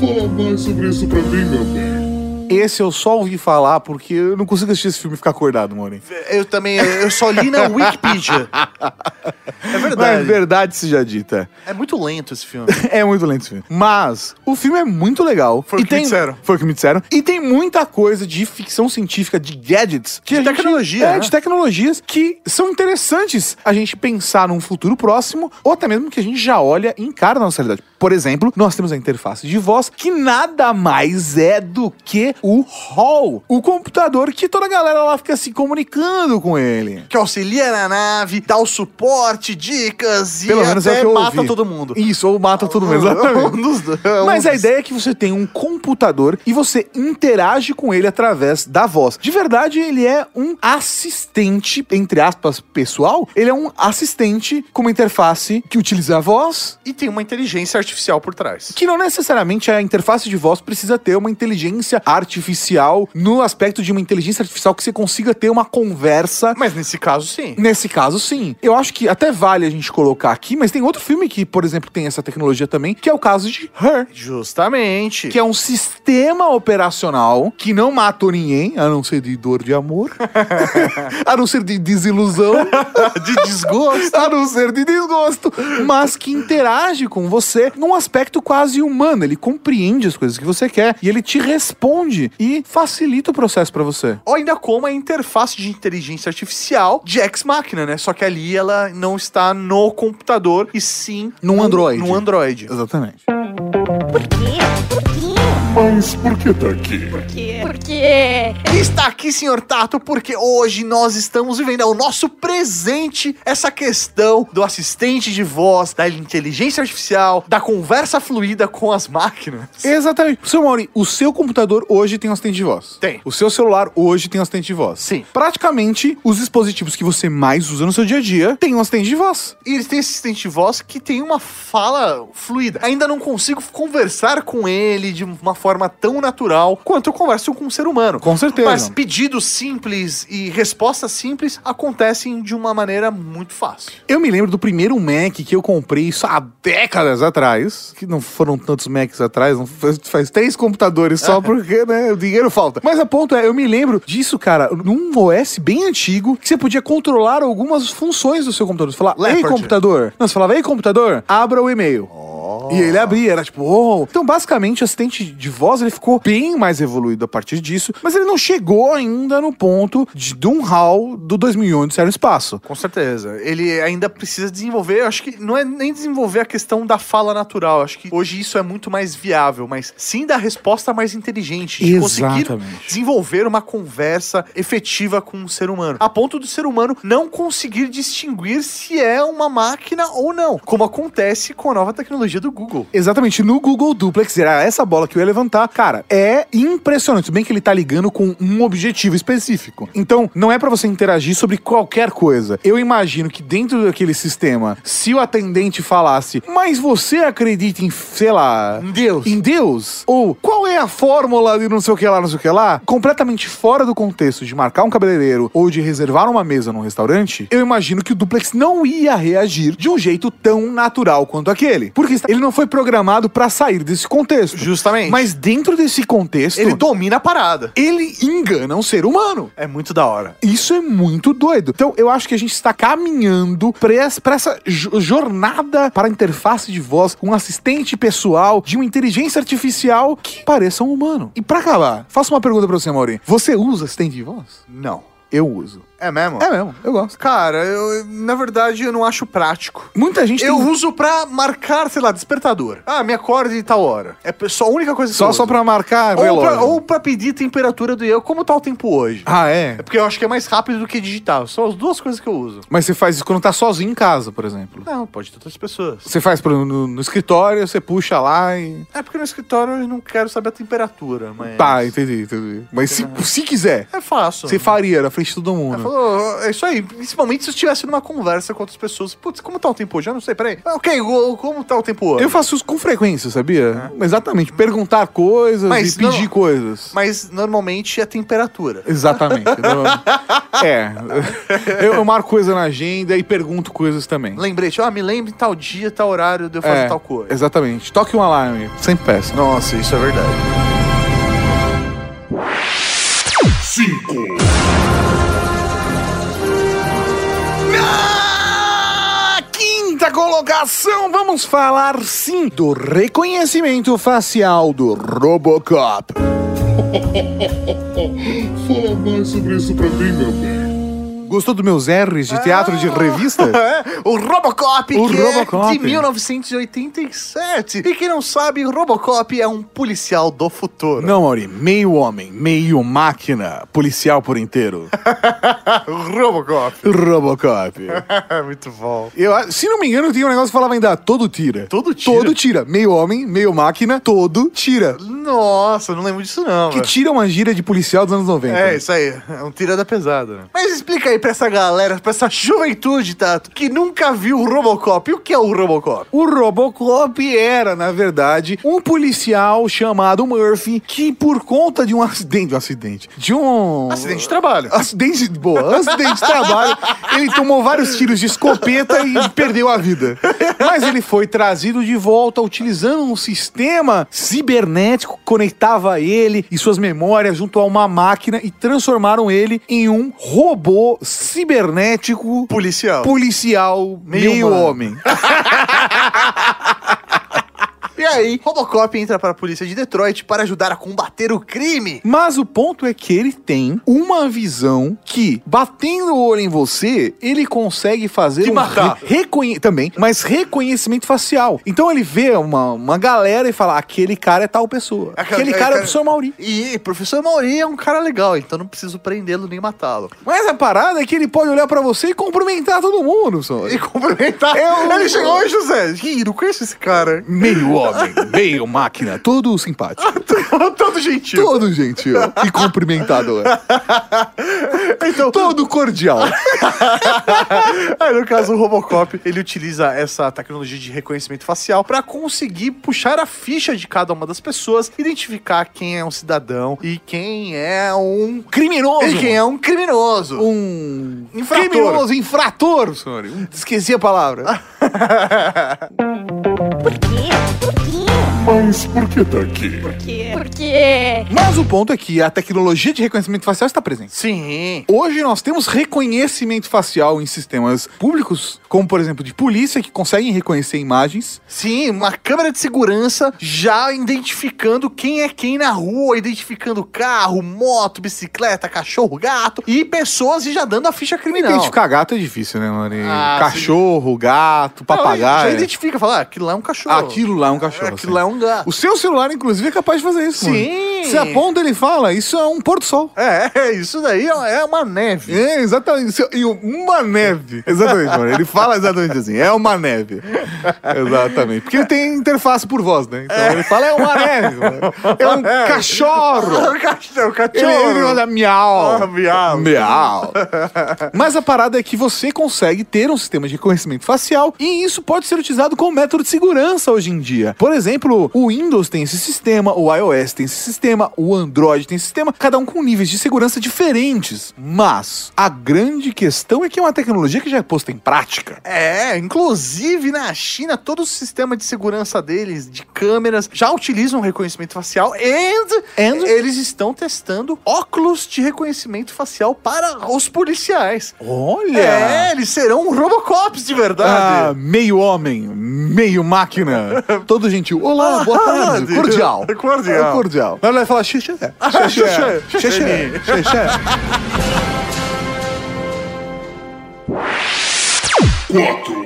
[SPEAKER 1] Fala mais sobre isso pra mim, meu bem.
[SPEAKER 3] Esse eu só ouvi falar porque eu não consigo assistir esse filme e ficar acordado, Mauri.
[SPEAKER 4] Eu também, eu só li na Wikipedia. É
[SPEAKER 3] Mas
[SPEAKER 4] verdade.
[SPEAKER 3] verdade seja dita.
[SPEAKER 4] É muito lento esse filme.
[SPEAKER 3] É muito lento esse filme. Mas o filme é muito legal.
[SPEAKER 4] Foi o
[SPEAKER 3] E
[SPEAKER 4] que me
[SPEAKER 3] tem-
[SPEAKER 4] disseram.
[SPEAKER 3] Foi o que me disseram. E tem muita coisa de ficção científica, de gadgets. Que
[SPEAKER 4] De
[SPEAKER 3] a gente-
[SPEAKER 4] tecnologia,
[SPEAKER 3] É,
[SPEAKER 4] né?
[SPEAKER 3] de tecnologias que são interessantes a gente pensar num futuro próximo ou até mesmo que a gente já olha e encara na nossa realidade. Por exemplo, nós temos a interface de voz que nada mais é do que o hall. O computador que toda a galera lá fica se comunicando com ele.
[SPEAKER 4] Que auxilia na nave, dá o suporte, dicas e
[SPEAKER 3] Pelo menos é o
[SPEAKER 4] até
[SPEAKER 3] que eu
[SPEAKER 4] mata
[SPEAKER 3] ouvi.
[SPEAKER 4] todo mundo.
[SPEAKER 3] Isso, ou mata todo mundo.
[SPEAKER 4] Um dos dois.
[SPEAKER 3] Mas a ideia é que você tem um computador e você interage com ele através da voz. De verdade, ele é um assistente, entre aspas, pessoal. Ele é um assistente com uma interface que utiliza a voz,
[SPEAKER 4] E tem uma inteligência artificial por trás.
[SPEAKER 3] que não necessariamente a interface de voz precisa ter uma inteligência artificial no aspecto de uma inteligência artificial que você consiga ter uma conversa
[SPEAKER 4] Mas nesse caso, sim.
[SPEAKER 3] Nesse caso, sim. Eu acho que até vale a gente colocar aqui, mas tem outro filme que, por exemplo, tem essa tecnologia também, que é o caso de Her.
[SPEAKER 4] Justamente.
[SPEAKER 3] Que é um sistema operacional que não matou ninguém, a não ser de dor de amor, a não ser de desilusão,
[SPEAKER 4] é de desgosto.
[SPEAKER 3] a não ser de desgosto, mas que interage com você num aspecto quase humano. Ele compreende as coisas que você quer e ele te responde e facilita o processo pra você.
[SPEAKER 4] Ou ainda como a interface de inteligência artificial de ex-máquina, né? Só que ali ela não está no computador e sim
[SPEAKER 3] Num
[SPEAKER 4] no-
[SPEAKER 3] Android.
[SPEAKER 4] No Android.
[SPEAKER 3] Exatamente.
[SPEAKER 1] Mas por que tá aqui?
[SPEAKER 2] por quê?
[SPEAKER 4] Está aqui, senhor Tato, porque hoje nós estamos vivendo ao nosso presente essa questão do assistente de voz, da inteligência artificial, da conversa fluida com as máquinas.
[SPEAKER 3] Exatamente. Seu Mauri, o seu computador hoje tem um assistente de voz.
[SPEAKER 4] Tem.
[SPEAKER 3] O seu celular hoje tem um assistente de voz.
[SPEAKER 4] Sim.
[SPEAKER 3] Praticamente, os dispositivos que você mais usa no seu dia a dia têm um assistente de voz.
[SPEAKER 4] E eles têm esse assistente de voz que tem uma fala fluida. Ainda não consigo conversar com ele de uma forma tão natural quanto eu converso com um ser humano.
[SPEAKER 3] Com certeza.
[SPEAKER 4] Mas pedidos simples e respostas simples acontecem de uma maneira muito fácil.
[SPEAKER 3] Eu me lembro do primeiro Mac que eu comprei isso há décadas atrás. Que não foram tantos Macs atrás, não faz, faz três computadores só porque, né, o dinheiro falta. Mas a ponto é, eu me lembro disso, cara, num OS bem antigo, que você podia controlar algumas funções do seu computador. Você falava, ei,
[SPEAKER 4] Leopard.
[SPEAKER 3] computador. Não, você falava, ei, computador, abra o e-mail. E ele abria, era tipo, oh. Então, basicamente, o assistente de voz, ele ficou bem mais evoluído a partir disso, mas ele não chegou ainda no ponto de Doom Hall do 2001 de Sério Espaço.
[SPEAKER 4] Com certeza. Ele ainda precisa desenvolver, eu acho que não é nem desenvolver a questão da fala natural. eu Acho que hoje isso é muito mais viável, mas sim da resposta mais inteligente. De
[SPEAKER 3] Exatamente.
[SPEAKER 4] conseguir desenvolver uma conversa efetiva com um ser humano. A ponto do ser humano não conseguir distinguir se é uma máquina ou não. Como acontece com a nova tecnologia do Google.
[SPEAKER 3] Exatamente, no Google Duplex, era essa bola que eu ia levantar, cara, é impressionante. Se bem que ele tá ligando com um objetivo específico. Então, não é pra você interagir sobre qualquer coisa. Eu imagino que dentro daquele sistema, se o atendente falasse, mas você acredita em, sei lá.
[SPEAKER 4] Deus.
[SPEAKER 3] Em Deus? Ou qual é a fórmula de não sei o que lá, não sei o que lá? Completamente fora do contexto de marcar um cabeleireiro ou de reservar uma mesa num restaurante, eu imagino que o duplex não ia reagir de um jeito tão natural quanto aquele. Porque ele não não foi programado pra sair desse contexto.
[SPEAKER 4] Justamente.
[SPEAKER 3] Mas dentro desse contexto,
[SPEAKER 4] Ele domina a parada.
[SPEAKER 3] ele engana um ser humano.
[SPEAKER 4] É muito da hora.
[SPEAKER 3] Isso é muito doido. Então, eu acho que a gente está caminhando para essa jo- jornada para a interface de voz, um assistente pessoal de uma inteligência artificial que pareça um humano. E para acabar, faço uma pergunta para você, Mauri. Você usa assistente de voz?
[SPEAKER 4] Não.
[SPEAKER 3] Eu uso.
[SPEAKER 4] É mesmo?
[SPEAKER 3] É mesmo, eu gosto.
[SPEAKER 4] Cara, eu, na verdade, eu não acho prático.
[SPEAKER 3] Muita gente
[SPEAKER 4] Eu
[SPEAKER 3] tem... um-
[SPEAKER 4] uso pra marcar, sei lá, despertador. Ah, me acorda e tal hora. É só a única coisa que eu
[SPEAKER 3] só
[SPEAKER 4] uso.
[SPEAKER 3] só para marcar
[SPEAKER 4] ou
[SPEAKER 3] relógio.
[SPEAKER 4] pra, ou pra pedir temperatura do eu, como tá o tempo hoje.
[SPEAKER 3] Ah, é.
[SPEAKER 4] É porque eu acho que é mais rápido do que digital. São as duas coisas que eu uso.
[SPEAKER 3] Mas você faz isso quando tá sozinho em casa, por exemplo.
[SPEAKER 4] Não, pode ter outras pessoas.
[SPEAKER 3] Você faz por exemplo, no, no escritório, você puxa lá e.
[SPEAKER 4] É porque no escritório eu não quero saber a temperatura, mas.
[SPEAKER 3] Tá, entendi, entendi. Mas se, se quiser,
[SPEAKER 4] É fácil.
[SPEAKER 3] você faria na frente de todo
[SPEAKER 4] Ela
[SPEAKER 3] mundo.
[SPEAKER 4] falou, é isso aí, principalmente se eu estivesse numa conversa com outras pessoas. Putz, como tá o tempo hoje? Eu não sei, peraí. Ah, Ok, o- como tá o tempo hoje?
[SPEAKER 3] Eu faço isso com frequência, sabia? Exatamente. Perguntar coisas
[SPEAKER 4] Mas
[SPEAKER 3] e pedir
[SPEAKER 4] não-
[SPEAKER 3] coisas.
[SPEAKER 4] Mas normalmente é a temperatura.
[SPEAKER 3] Exatamente. Eu- é. Eu, eu marco coisa na agenda e pergunto coisas também.
[SPEAKER 4] Lembrete, ah, me lembre tal dia, tal horário de eu fazer
[SPEAKER 3] É,
[SPEAKER 4] tal coisa.
[SPEAKER 3] Exatamente. Toque um alarme. Sempre peça.
[SPEAKER 4] Nossa, isso é verdade.
[SPEAKER 1] 5,
[SPEAKER 3] Na Ah, quinta colocação, vamos falar sim do reconhecimento facial do Robocop.
[SPEAKER 1] fala mais sobre isso pra mim, meu bem.
[SPEAKER 3] Gostou dos meus R's de teatro de revista?
[SPEAKER 4] É? o Robocop,
[SPEAKER 3] O
[SPEAKER 4] que é
[SPEAKER 3] Robocop.
[SPEAKER 4] de 1987. E quem não sabe, Robocop é um policial do futuro.
[SPEAKER 3] Não, Mauri, meio homem, meio máquina, policial por inteiro.
[SPEAKER 4] Robocop. é
[SPEAKER 3] Robocop.
[SPEAKER 4] Muito bom.
[SPEAKER 3] Eu, a- se não me engano, tinha um negócio que falava ainda, todo tira.
[SPEAKER 4] Todo tira?
[SPEAKER 3] Todo tira. Meio homem, meio máquina, todo tira.
[SPEAKER 4] Nossa, não lembro disso não.
[SPEAKER 3] Que né?
[SPEAKER 4] velho.
[SPEAKER 3] tira uma gíria de policial dos anos 90.
[SPEAKER 4] É, isso aí. É um tira da pesada, né? Mas explica aí pra essa galera, pra essa juventude, Tato, que nunca viu o Robocop. E o que é o Robocop?
[SPEAKER 3] O Robocop era, na verdade, um policial chamado Murphy que, por conta de um acidente, um acidente, de um...
[SPEAKER 4] Acidente de trabalho.
[SPEAKER 3] Acidente, boa, acidente de trabalho. Ele tomou vários tiros de escopeta e perdeu a vida. Mas ele foi trazido de volta utilizando um sistema cibernético que conectava ele e suas memórias junto a uma máquina e transformaram ele em um robô cibernético
[SPEAKER 4] Policial.
[SPEAKER 3] policial
[SPEAKER 4] Meio
[SPEAKER 3] meio,
[SPEAKER 4] humano.
[SPEAKER 3] homem.
[SPEAKER 4] E aí, Robocop entra para a polícia de Detroit para ajudar a combater o crime.
[SPEAKER 3] Mas o ponto é que ele tem uma visão que, batendo o olho em você, ele consegue fazer
[SPEAKER 4] Te
[SPEAKER 3] um
[SPEAKER 4] matar.
[SPEAKER 3] re- reconhe- também, mas reconhecimento facial. Então ele vê uma, uma galera e fala: aquele cara é tal pessoa.
[SPEAKER 4] Aquela-
[SPEAKER 3] Aquele cara é o
[SPEAKER 4] aquela-
[SPEAKER 3] professor Mauri.
[SPEAKER 4] E professor Mauri é um cara legal, então não preciso prendê-lo nem matá-lo.
[SPEAKER 3] Mas a parada é que ele pode olhar pra você e cumprimentar todo mundo, professor Mauri.
[SPEAKER 4] E cumprimentar.
[SPEAKER 3] É o-
[SPEAKER 4] Ele chegou "Oi, José. Ih, não conheço esse cara.
[SPEAKER 3] Meio homem, meio máquina, todo
[SPEAKER 4] Ah,
[SPEAKER 3] simpático,
[SPEAKER 4] tipo- Todo gentil.
[SPEAKER 3] todo gentil e cumprimentador,
[SPEAKER 4] Então,
[SPEAKER 3] todo cordial.
[SPEAKER 4] Aí, É, no caso, o Robocop, ele utiliza essa tecnologia de reconhecimento facial pra conseguir puxar a ficha de cada uma das pessoas, identificar quem é um cidadão e quem é um...
[SPEAKER 3] Criminoso.
[SPEAKER 4] E quem é um criminoso.
[SPEAKER 3] um
[SPEAKER 4] Infrator.
[SPEAKER 3] criminoso, infrator, senhor. Um- Ah. Esqueci a palavra.
[SPEAKER 1] Mas por que tá aqui?
[SPEAKER 2] Por quê?
[SPEAKER 3] Mas o ponto é que a tecnologia de reconhecimento facial está presente.
[SPEAKER 4] Sim.
[SPEAKER 3] Hoje nós temos reconhecimento facial em sistemas públicos, como por exemplo de polícia, que conseguem reconhecer imagens.
[SPEAKER 4] Sim, uma câmera de segurança já identificando quem é quem na rua, identificando carro, moto, bicicleta, cachorro, gato e pessoas e já dando a ficha criminal.
[SPEAKER 3] Identificar gato é difícil, né, Mari?
[SPEAKER 4] Ah,
[SPEAKER 3] cachorro, gato,
[SPEAKER 4] Não,
[SPEAKER 3] papagaio.
[SPEAKER 4] Já identifica, fala, ah, aquilo lá é um cachorro.
[SPEAKER 3] Aquilo lá é um cachorro. sim.
[SPEAKER 4] Aquilo lá é um gato.
[SPEAKER 3] O seu celular, inclusive, é capaz de fazer isso.
[SPEAKER 4] Sim.
[SPEAKER 3] Mano. Você aponta, ele fala, isso é um pôr-do-sol.
[SPEAKER 4] É, isso daí ó, é uma neve.
[SPEAKER 3] É, exatamente. Isso- E uma neve. Exatamente, mano. Ele fala exatamente assim. É uma neve. Exatamente. Porque ele tem interface por voz, né? Então ele fala, é uma neve. mano. É um cachorro.
[SPEAKER 4] É um cachorro,
[SPEAKER 3] Ele, ele olha miau.
[SPEAKER 4] Ah, miau.
[SPEAKER 3] Miau. Mas a parada é que você consegue ter um sistema de reconhecimento facial e isso pode ser utilizado como método de segurança hoje em dia. Por exemplo, o Windows tem esse sistema, o iOS tem esse sistema, o Android tem sistema, cada um com níveis de segurança diferentes. Mas a grande questão é que é uma tecnologia que já é posta em prática.
[SPEAKER 4] É, inclusive na China, todo o sistema de segurança deles, de câmeras, já utilizam reconhecimento facial and,
[SPEAKER 3] And?
[SPEAKER 4] eles estão testando óculos de reconhecimento facial para os policiais.
[SPEAKER 3] Olha!
[SPEAKER 4] É, eles serão Robocops de
[SPEAKER 3] Ah,
[SPEAKER 4] verdade.
[SPEAKER 3] meio homem, meio máquina. Todo gentil. Olá, boa tarde. Cordial.
[SPEAKER 4] Ah, Cordial.
[SPEAKER 3] É, cordial. Ela vai falar xixi.
[SPEAKER 4] xixi,
[SPEAKER 3] Xixi. Xixi. Xixi.
[SPEAKER 1] 4.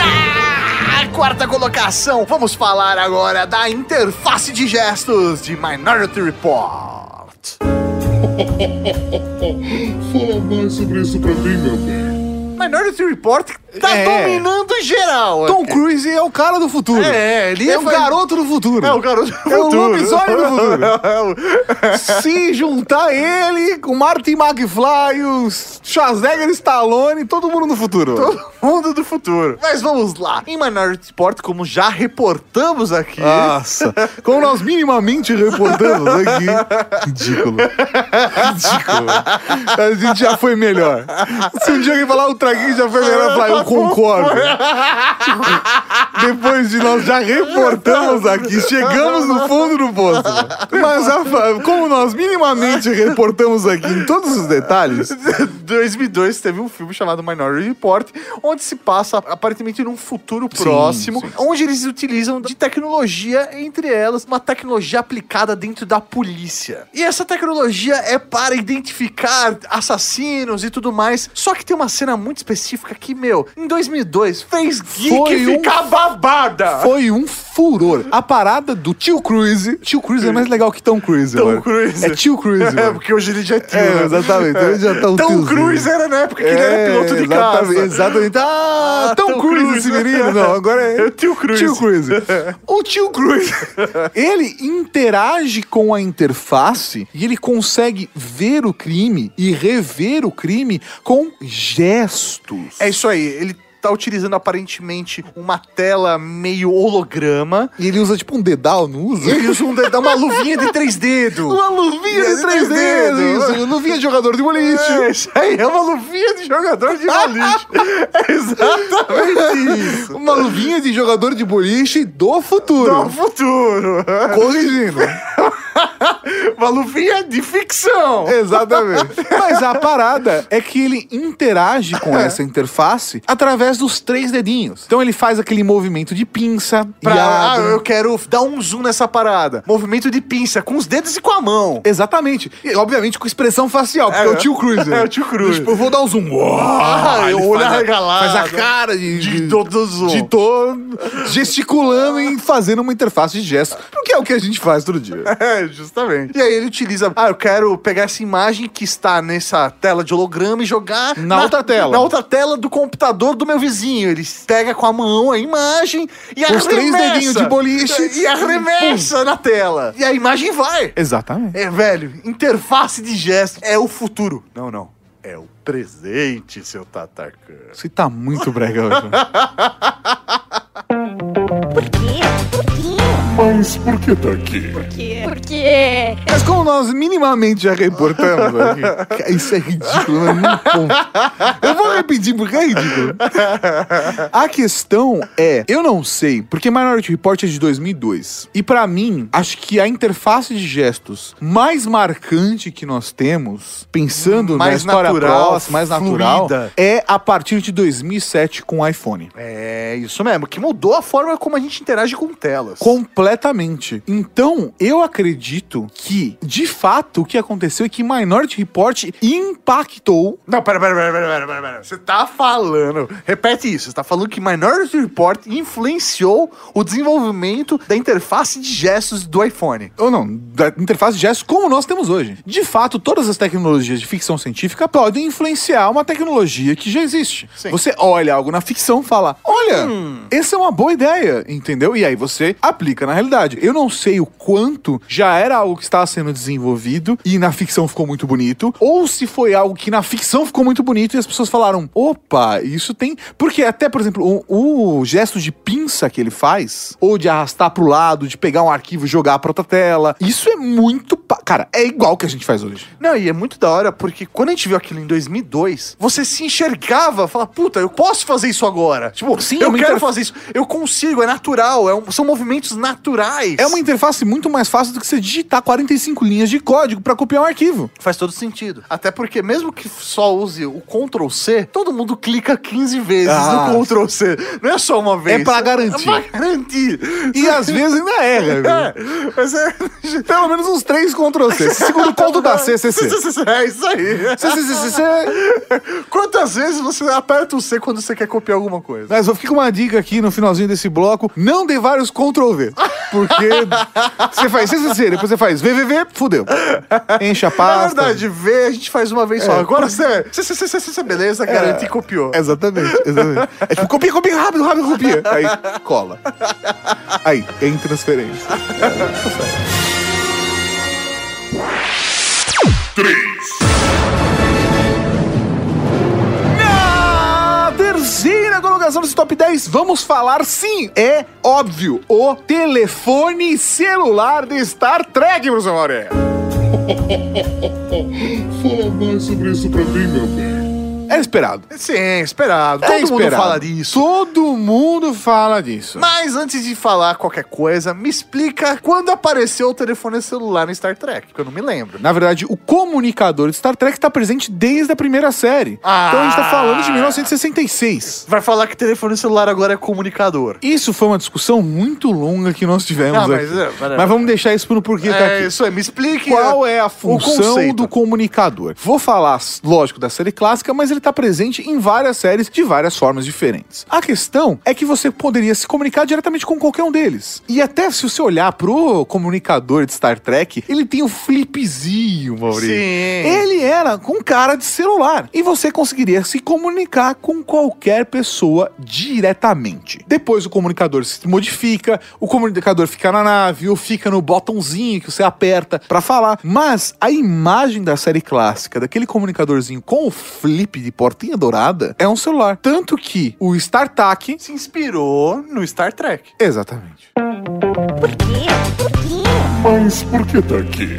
[SPEAKER 4] A Ah, quarta colocação, vamos falar agora da interface de gestos de Minority Report.
[SPEAKER 1] Fala mais sobre isso pra mim, meu bem.
[SPEAKER 4] Minority Report tá
[SPEAKER 3] É.
[SPEAKER 4] dominando geral.
[SPEAKER 3] Tom Cruise é o cara do futuro.
[SPEAKER 4] É, ele
[SPEAKER 3] é o
[SPEAKER 4] faz-
[SPEAKER 3] garoto do futuro.
[SPEAKER 4] É o garoto do
[SPEAKER 3] É o
[SPEAKER 4] futuro.
[SPEAKER 3] lobisomem do futuro.
[SPEAKER 4] É o-
[SPEAKER 3] Se juntar ele com Martin McFly, o Schwarzenegger Stallone, todo mundo no futuro.
[SPEAKER 4] Mundo do futuro. Mas vamos lá. Em Minority Report, como já reportamos aqui,
[SPEAKER 3] Nossa, como nós minimamente reportamos aqui. Ridículo. Ridículo. A gente já foi melhor. Se um dia alguém falar o traguinho já foi melhor, eu, falar, eu concordo. Tipo, Depois de nós já reportamos aqui, chegamos no fundo do poço. Mas a fa- como nós minimamente reportamos aqui em todos os detalhes,
[SPEAKER 4] 2002 teve um filme chamado Minority Report, onde se passa aparentemente num futuro
[SPEAKER 3] Sim,
[SPEAKER 4] próximo,
[SPEAKER 3] sim.
[SPEAKER 4] onde eles utilizam de tecnologia, entre elas, uma tecnologia aplicada dentro da polícia. E essa tecnologia é para identificar assassinos e tudo mais. Só que tem uma cena muito específica que, meu, em 2002 fez geek
[SPEAKER 3] Foi um-
[SPEAKER 4] ficar babada.
[SPEAKER 3] Foi um furor. A parada do tio Cruise. Tio Cruise é mais legal que Tom Cruise.
[SPEAKER 4] Tom
[SPEAKER 3] mano.
[SPEAKER 4] Cruise.
[SPEAKER 3] É tio Cruise.
[SPEAKER 4] É,
[SPEAKER 3] mano.
[SPEAKER 4] porque hoje ele já é tio.
[SPEAKER 3] É, exatamente. Ele já tá um
[SPEAKER 4] Tom
[SPEAKER 3] tiozinho.
[SPEAKER 4] Cruise era na época que ele era piloto de
[SPEAKER 3] É, exatamente,
[SPEAKER 4] casa.
[SPEAKER 3] Exatamente. Ah,
[SPEAKER 4] Ah,
[SPEAKER 3] Tom,
[SPEAKER 4] Tom
[SPEAKER 3] Cruise,
[SPEAKER 4] Cruise.
[SPEAKER 3] esse menino. Não, agora é...
[SPEAKER 4] É o tio Cruise.
[SPEAKER 3] Tio Cruise. O tio Cruise, ele interage com a interface e ele consegue ver o crime e rever o crime com gestos.
[SPEAKER 4] É isso aí, ele tá utilizando aparentemente uma tela meio holograma.
[SPEAKER 3] E ele usa tipo um dedal, não usa?
[SPEAKER 4] Ele usa um dedão, uma luvinha de três dedos. um
[SPEAKER 3] Uma luvinha de três dedos, isso. Luvinha de jogador de boliche.
[SPEAKER 4] É, isso aí é uma luvinha de jogador de boliche. É exatamente isso.
[SPEAKER 3] Uma luvinha de jogador de boliche do
[SPEAKER 4] No
[SPEAKER 3] futuro.
[SPEAKER 4] é futuro.
[SPEAKER 3] Corrigindo.
[SPEAKER 4] Uma luvinha de ficção.
[SPEAKER 3] Exatamente. Mas a parada é que ele interage com
[SPEAKER 4] É.
[SPEAKER 3] essa interface através dos três dedinhos. Então ele faz aquele movimento de pinça e
[SPEAKER 4] Pra, ah,
[SPEAKER 3] abre.
[SPEAKER 4] eu quero dar um zoom nessa parada. Movimento de pinça, com os dedos e com a mão.
[SPEAKER 3] Exatamente. E, obviamente, com expressão facial, porque é,
[SPEAKER 4] É.
[SPEAKER 3] o tio Cruise. né?
[SPEAKER 4] É o tio Cruise.
[SPEAKER 3] Tipo, eu vou dar um zoom. Uau,
[SPEAKER 4] Ah,
[SPEAKER 3] ele
[SPEAKER 4] o olho
[SPEAKER 3] faz a-
[SPEAKER 4] arregalado.
[SPEAKER 3] Faz a cara de...
[SPEAKER 4] De todo zoom.
[SPEAKER 3] De tô gesticulando e fazendo uma interface de gesto. Porque é o que a gente faz todo dia.
[SPEAKER 4] É, justamente. E aí ele utiliza, ah, eu quero pegar essa imagem que está nessa tela de holograma e jogar
[SPEAKER 3] Na outra tela.
[SPEAKER 4] Na outra tela do computador do meu vizinho. Ele pega com a mão a imagem e
[SPEAKER 3] Com os
[SPEAKER 4] arremessa.
[SPEAKER 3] três dedinhos de boliche.
[SPEAKER 4] E arremessa na tela. E a imagem vai.
[SPEAKER 3] Exatamente.
[SPEAKER 4] É, velho, interface de gesto é o futuro. Não, não. É o presente, seu Tatarkan.
[SPEAKER 3] Você tá muito brega hoje.
[SPEAKER 1] Mas por que tá aqui?
[SPEAKER 2] Por quê?
[SPEAKER 3] Mas como nós minimamente já reportamos aqui, cara, isso é ridículo, mas não conta. Eu vou repetir porque é ridículo. A questão é, eu não sei, porque Minority Report é de 2002. E pra mim, acho que a interface de gestos mais marcante que nós temos, pensando na
[SPEAKER 4] Mais
[SPEAKER 3] história
[SPEAKER 4] natural,
[SPEAKER 3] próxima, mais natural,
[SPEAKER 4] fluida.
[SPEAKER 3] é a partir de 2007 com o iPhone.
[SPEAKER 4] É isso mesmo, que mudou a forma como a gente interage com telas.
[SPEAKER 3] Completamente. Então, eu acredito que, de fato, o que aconteceu é que Minority Report impactou.
[SPEAKER 4] Não, pera, pera, pera, pera, pera, pera, pera. Você tá falando. Repete isso. Você tá falando que Minority Report influenciou o desenvolvimento da interface de gestos do iPhone.
[SPEAKER 3] Ou não, da interface de gestos como nós temos hoje. De fato, todas as tecnologias de ficção científica podem influenciar uma tecnologia que já existe.
[SPEAKER 4] Sim.
[SPEAKER 3] Você olha algo na ficção e fala: Olha, essa é uma boa ideia, entendeu? E aí você aplica na realidade. Eu não sei o quanto já era algo que estava sendo desenvolvido e na ficção ficou muito bonito, ou se foi algo que na ficção ficou muito bonito e as pessoas falaram: opa, isso tem. Porque até, por exemplo, o, o gesto de pinça que ele faz, ou de arrastar pro lado, de pegar um arquivo e jogar pra outra tela, isso é muito. pa- Cara, é igual que a gente faz hoje.
[SPEAKER 4] Não, e é muito da hora, porque quando a gente viu aquilo em 2002, você se enxergava, falava, puta, eu posso fazer isso agora. Tipo,
[SPEAKER 3] Sim, é
[SPEAKER 4] eu
[SPEAKER 3] uma
[SPEAKER 4] quero
[SPEAKER 3] interfa-
[SPEAKER 4] fazer isso, eu consigo, é natural, é um- são movimentos naturais.
[SPEAKER 3] É uma interface muito mais fácil do que você digitar 45 linhas de código pra copiar um arquivo.
[SPEAKER 4] Faz todo sentido. Até porque, mesmo que só use o Ctrl C, todo mundo clica 15 vezes
[SPEAKER 3] Ah.
[SPEAKER 4] no Ctrl C. Não é só uma vez.
[SPEAKER 3] É pra garantir.
[SPEAKER 4] É pra garantir.
[SPEAKER 3] E às vezes ainda erra. viu?
[SPEAKER 4] É, mas é.
[SPEAKER 3] Pelo menos uns três Ctrl C. Esse segundo ponto da CCC.
[SPEAKER 4] É isso aí.
[SPEAKER 3] CCC.
[SPEAKER 4] Quantas vezes você aperta o C quando você quer copiar alguma coisa?
[SPEAKER 3] Mas eu fico com uma dica aqui no finalzinho desse bloco: não dê vários Ctrl V. Porque você faz CCC, depois você faz VVV, fudeu. Enche a
[SPEAKER 4] Na
[SPEAKER 3] pasta.
[SPEAKER 4] verdade, ver a gente faz uma vez só. Agora você. você- você- você- você- Beleza, garante e copiou.
[SPEAKER 3] Exatamente, exatamente. É tipo, copia, copia, rápido, rápido, copia. Aí cola. Aí, é intransferência.
[SPEAKER 1] 3,
[SPEAKER 3] A terceira colocação desse top 10, vamos falar sim, é óbvio, o telefone celular de Star Trek, meus amores.
[SPEAKER 1] fala mais sobre isso pra mim, meu bem.
[SPEAKER 3] Era É esperado.
[SPEAKER 4] É Sim, esperado. Todo
[SPEAKER 3] É
[SPEAKER 4] mundo
[SPEAKER 3] esperado.
[SPEAKER 4] fala disso.
[SPEAKER 3] Todo mundo fala disso.
[SPEAKER 4] Mas antes de falar qualquer coisa, me explica quando apareceu o telefone celular em Star Trek, porque eu não me lembro.
[SPEAKER 3] Na verdade, o comunicador de Star Trek está presente desde a primeira série.
[SPEAKER 4] Ah.
[SPEAKER 3] Então a gente tá falando de 1966.
[SPEAKER 4] Vai falar que telefone celular agora é comunicador.
[SPEAKER 3] Isso foi uma discussão muito longa que nós tivemos
[SPEAKER 4] Ah, mas,
[SPEAKER 3] aqui.
[SPEAKER 4] é, pera-
[SPEAKER 3] mas vamos deixar isso pro porquê tá
[SPEAKER 4] É
[SPEAKER 3] aqui.
[SPEAKER 4] isso aí, me explique.
[SPEAKER 3] Qual é a função
[SPEAKER 4] conceito.
[SPEAKER 3] do comunicador? Vou falar, s- lógico, da série clássica, mas ele tá presente em várias séries de várias formas diferentes. A questão é que você poderia se comunicar diretamente com qualquer um deles. E até se você olhar pro comunicador de Star Trek, ele tem o flipzinho, Maurício.
[SPEAKER 4] Sim.
[SPEAKER 3] Ele era com cara de celular. E você conseguiria se comunicar com qualquer pessoa diretamente. Depois o comunicador se modifica, o comunicador fica na nave ou fica no botãozinho que você aperta pra falar. Mas a imagem da série clássica, daquele comunicadorzinho com o flip de portinha dourada, é um celular. Tanto que o StarTAC.
[SPEAKER 4] Se inspirou no Star Trek.
[SPEAKER 3] Exatamente.
[SPEAKER 1] Mas por que tá aqui?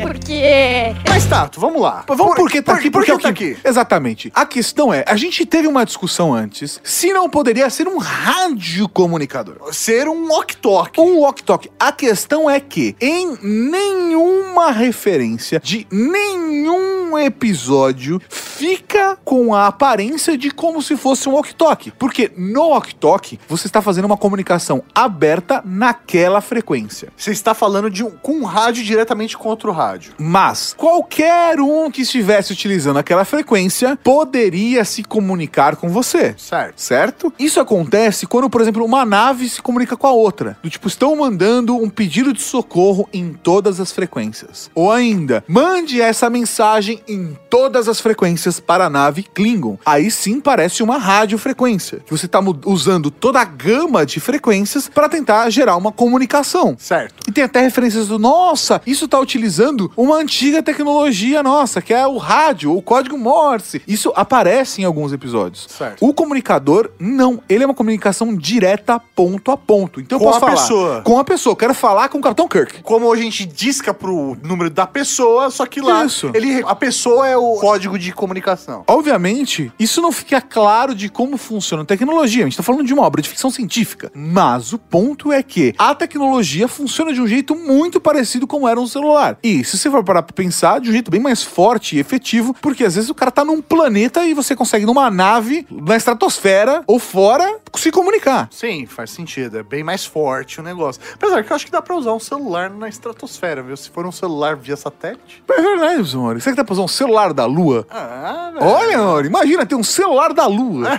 [SPEAKER 2] Por quê?
[SPEAKER 4] Mas Tato, vamos lá.
[SPEAKER 3] Mas Vamos porque tá
[SPEAKER 4] por-
[SPEAKER 3] aqui,
[SPEAKER 4] por
[SPEAKER 3] porque
[SPEAKER 4] que
[SPEAKER 3] é o
[SPEAKER 4] tá
[SPEAKER 3] que-
[SPEAKER 4] aqui?
[SPEAKER 3] Exatamente. A questão é, a gente teve uma discussão antes se não poderia ser um radiocomunicador.
[SPEAKER 4] Ser um walk-talk.
[SPEAKER 3] Um walk-talk. A questão é que em nenhuma referência de nenhum episódio fica com a aparência de como se fosse um walk-talk. Porque no walk-talk você está fazendo uma comunicação aberta naquela frequência.
[SPEAKER 4] Você está falando de um, com um rádio diretamente com outro rádio.
[SPEAKER 3] Mas qualquer um que estivesse utilizando aquela frequência poderia se comunicar com você.
[SPEAKER 4] Certo.
[SPEAKER 3] Certo? Isso acontece quando, por exemplo, uma nave se comunica com a outra. Do tipo, estão mandando um pedido de socorro em todas as frequências. Ou ainda, mande essa mensagem em todas as frequências para a nave Klingon. Aí sim parece uma radiofrequência. que Você está usando toda a gama de frequências para tentar gerar uma comunicação.
[SPEAKER 4] Certo.
[SPEAKER 3] E tem até referências do nossa, isso tá utilizando uma antiga tecnologia nossa, que é o rádio, o código Morse. Isso aparece em alguns episódios.
[SPEAKER 4] Certo.
[SPEAKER 3] O comunicador, não. Ele é uma comunicação direta, ponto a ponto. Então
[SPEAKER 4] Com
[SPEAKER 3] eu posso
[SPEAKER 4] a
[SPEAKER 3] falar
[SPEAKER 4] pessoa.
[SPEAKER 3] com a pessoa. Eu Quero falar com o Capitão Kirk.
[SPEAKER 4] Como a gente disca pro número da pessoa, só que lá
[SPEAKER 3] Isso.
[SPEAKER 4] ele, a pessoa é o código de comunicação.
[SPEAKER 3] Obviamente, isso não fica claro de como funciona a tecnologia. A gente tá falando de uma obra de ficção científica. Mas o ponto é que a tecnologia funciona de um jeito muito parecido como era um celular. E se você for parar pra pensar, de um jeito bem mais forte e efetivo, porque às vezes o cara tá num planeta e você consegue numa nave, na estratosfera ou fora, se comunicar.
[SPEAKER 4] Sim, faz sentido. É bem mais forte o negócio. Apesar que eu acho que dá pra usar um celular na estratosfera, viu? Se for um celular via satélite.
[SPEAKER 3] É verdade, meus amores. Será que dá pra usar um celular da lua.
[SPEAKER 4] Ah, velho.
[SPEAKER 3] Olha, Nori, imagina ter um celular da lua.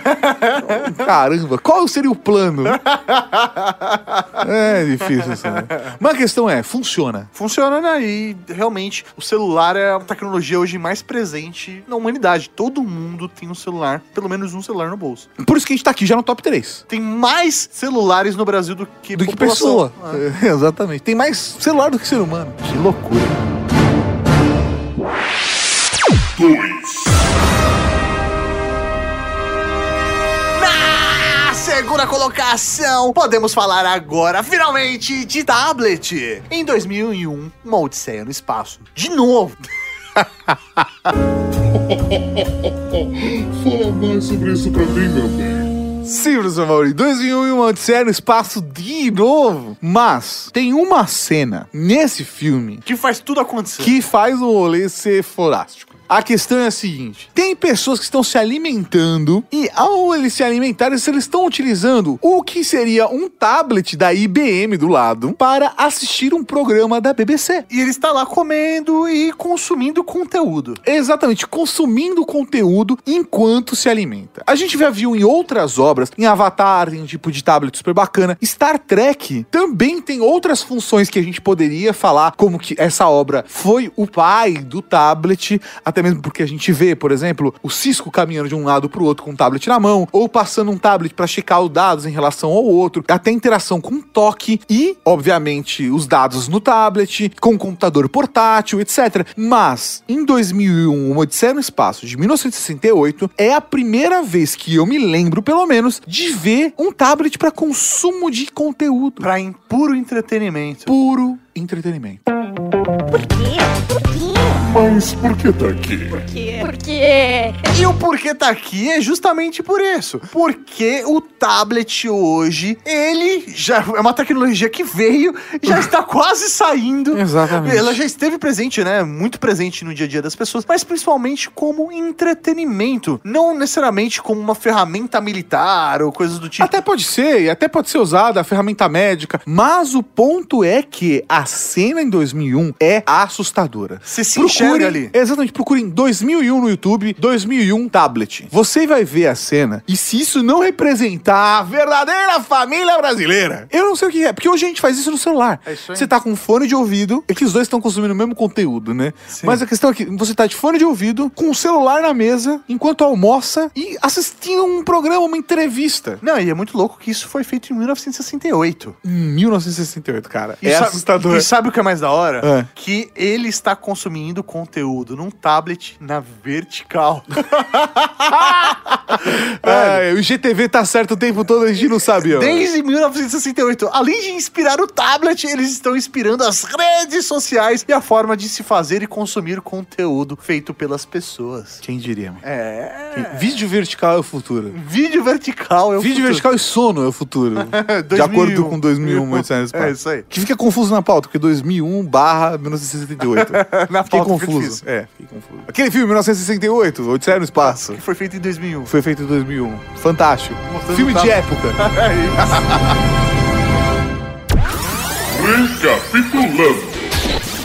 [SPEAKER 3] Caramba, qual seria o plano? É difícil isso, né? Mas a questão é, funciona.
[SPEAKER 4] Funciona, né? E realmente o celular é a tecnologia hoje mais presente na humanidade. Todo mundo tem um celular, pelo menos um celular no bolso.
[SPEAKER 3] Por isso que a gente tá aqui já no top 3.
[SPEAKER 4] Tem mais celulares no Brasil do que
[SPEAKER 3] Do que
[SPEAKER 4] população.
[SPEAKER 3] pessoa. Exatamente. Tem mais celular do que ser humano. Que loucura.
[SPEAKER 4] Na segunda colocação, podemos falar agora, finalmente, de tablet. Em 2001, uma odisseia no espaço. De novo.
[SPEAKER 1] Fala mais sobre isso pra mim, meu bem.
[SPEAKER 3] Sim, professor Mauri, 2001 e uma Odisseia no espaço de novo. Mas tem uma cena nesse filme
[SPEAKER 4] Que faz tudo acontecer.
[SPEAKER 3] que faz o rolê ser forástico. A questão é a seguinte: tem pessoas que estão se alimentando e, ao eles se alimentarem, eles estão utilizando o que seria um tablet da IBM do lado para assistir um programa da BBC.
[SPEAKER 4] E ele está lá comendo e consumindo conteúdo.
[SPEAKER 3] Exatamente, consumindo conteúdo enquanto se alimenta. A gente já viu em outras obras, em Avatar, tem um tipo de tablet super bacana. Star Trek também tem outras funções que a gente poderia falar, como que essa obra foi o pai do tablet, até mesmo porque a gente vê, por exemplo, o Cisco caminhando de um lado pro outro com o tablet na mão, ou passando um tablet para checar os dados em relação ao outro, até interação com toque e, obviamente, os dados no tablet, com o computador portátil, etc. Mas, em 2001, Uma Odisseia no Espaço, de 1968, é a primeira vez que eu me lembro, pelo menos, de ver um tablet para consumo de conteúdo.
[SPEAKER 4] Pra em puro entretenimento.
[SPEAKER 3] Puro entretenimento.
[SPEAKER 1] Mas por que tá aqui?
[SPEAKER 2] Por quê?
[SPEAKER 4] E o porquê tá aqui é justamente por isso. Porque o tablet hoje, ele já é uma tecnologia que veio, já está quase saindo.
[SPEAKER 3] Exatamente.
[SPEAKER 4] Ela já esteve presente, né? Muito presente no dia a dia das pessoas, mas principalmente como entretenimento. Não necessariamente como uma ferramenta militar ou coisas do tipo.
[SPEAKER 3] Até pode ser, e até pode ser usada a ferramenta médica, mas o ponto é que a cena em 2001 é assustadora.
[SPEAKER 4] Você se enxerga ali.
[SPEAKER 3] Exatamente, procurem 2001 no YouTube, 2001 tablet. Você vai ver a cena e se isso não representar a verdadeira família brasileira, eu não sei o que é, porque hoje a gente faz isso no celular.
[SPEAKER 4] É isso aí.
[SPEAKER 3] Você tá com fone de ouvido, é que os dois estão consumindo o mesmo conteúdo, né? Mas a questão é que você tá de fone de ouvido, com o celular na mesa, enquanto almoça e assistindo um programa, uma entrevista.
[SPEAKER 4] Não, e é muito louco que isso foi feito em 1968.
[SPEAKER 3] Em 1968, cara.
[SPEAKER 4] E sa- E sabe o que é mais da hora?
[SPEAKER 3] É.
[SPEAKER 4] Que ele está consumindo conteúdo num tablet na vertical.
[SPEAKER 3] Então. É, o GTV tá certo o tempo todo, a gente não sabia.
[SPEAKER 4] Desde 1968. Além de inspirar o tablet, eles estão inspirando as redes sociais e a forma de se fazer e consumir conteúdo feito pelas pessoas.
[SPEAKER 3] Quem diria, mano?
[SPEAKER 4] É.
[SPEAKER 3] Vídeo vertical é o futuro.
[SPEAKER 4] Vídeo vertical é o
[SPEAKER 3] Vídeo
[SPEAKER 4] futuro.
[SPEAKER 3] vertical e sono é o futuro. De
[SPEAKER 4] 2001.
[SPEAKER 3] acordo com 2001, 1900
[SPEAKER 4] É isso aí.
[SPEAKER 3] Que fica confuso na pauta, porque 2001 barra 1968.
[SPEAKER 4] Na
[SPEAKER 3] Fiquei
[SPEAKER 4] pauta fica
[SPEAKER 3] confuso.
[SPEAKER 4] difícil.
[SPEAKER 3] É, fiquei confuso. Aquele filme, 1968, Odisseia no Espaço,
[SPEAKER 4] É, Que foi feito em 2001.
[SPEAKER 3] foi feito em 2001. Fantástico.
[SPEAKER 4] Mostrando
[SPEAKER 3] filme
[SPEAKER 4] o
[SPEAKER 3] de
[SPEAKER 4] tablet.
[SPEAKER 3] época.
[SPEAKER 4] É
[SPEAKER 1] Recapitulando.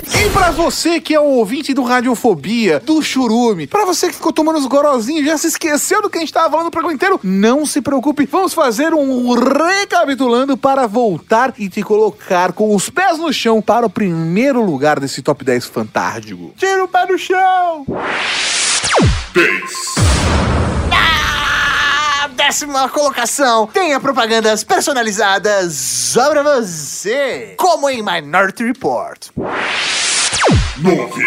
[SPEAKER 3] E pra você que é um ouvinte do Radiofobia, do Churume, pra você que ficou tomando os gorozinhos, já se esqueceu do que a gente tava falando no programa inteiro, não se preocupe, vamos fazer um recapitulando para voltar e te colocar com os pés no chão para o primeiro lugar desse top 10 fantástico.
[SPEAKER 4] Tira o pé do chão! Ah, Décima colocação, tenha propagandas personalizadas só pra você, como em Minority Report.
[SPEAKER 1] Nove.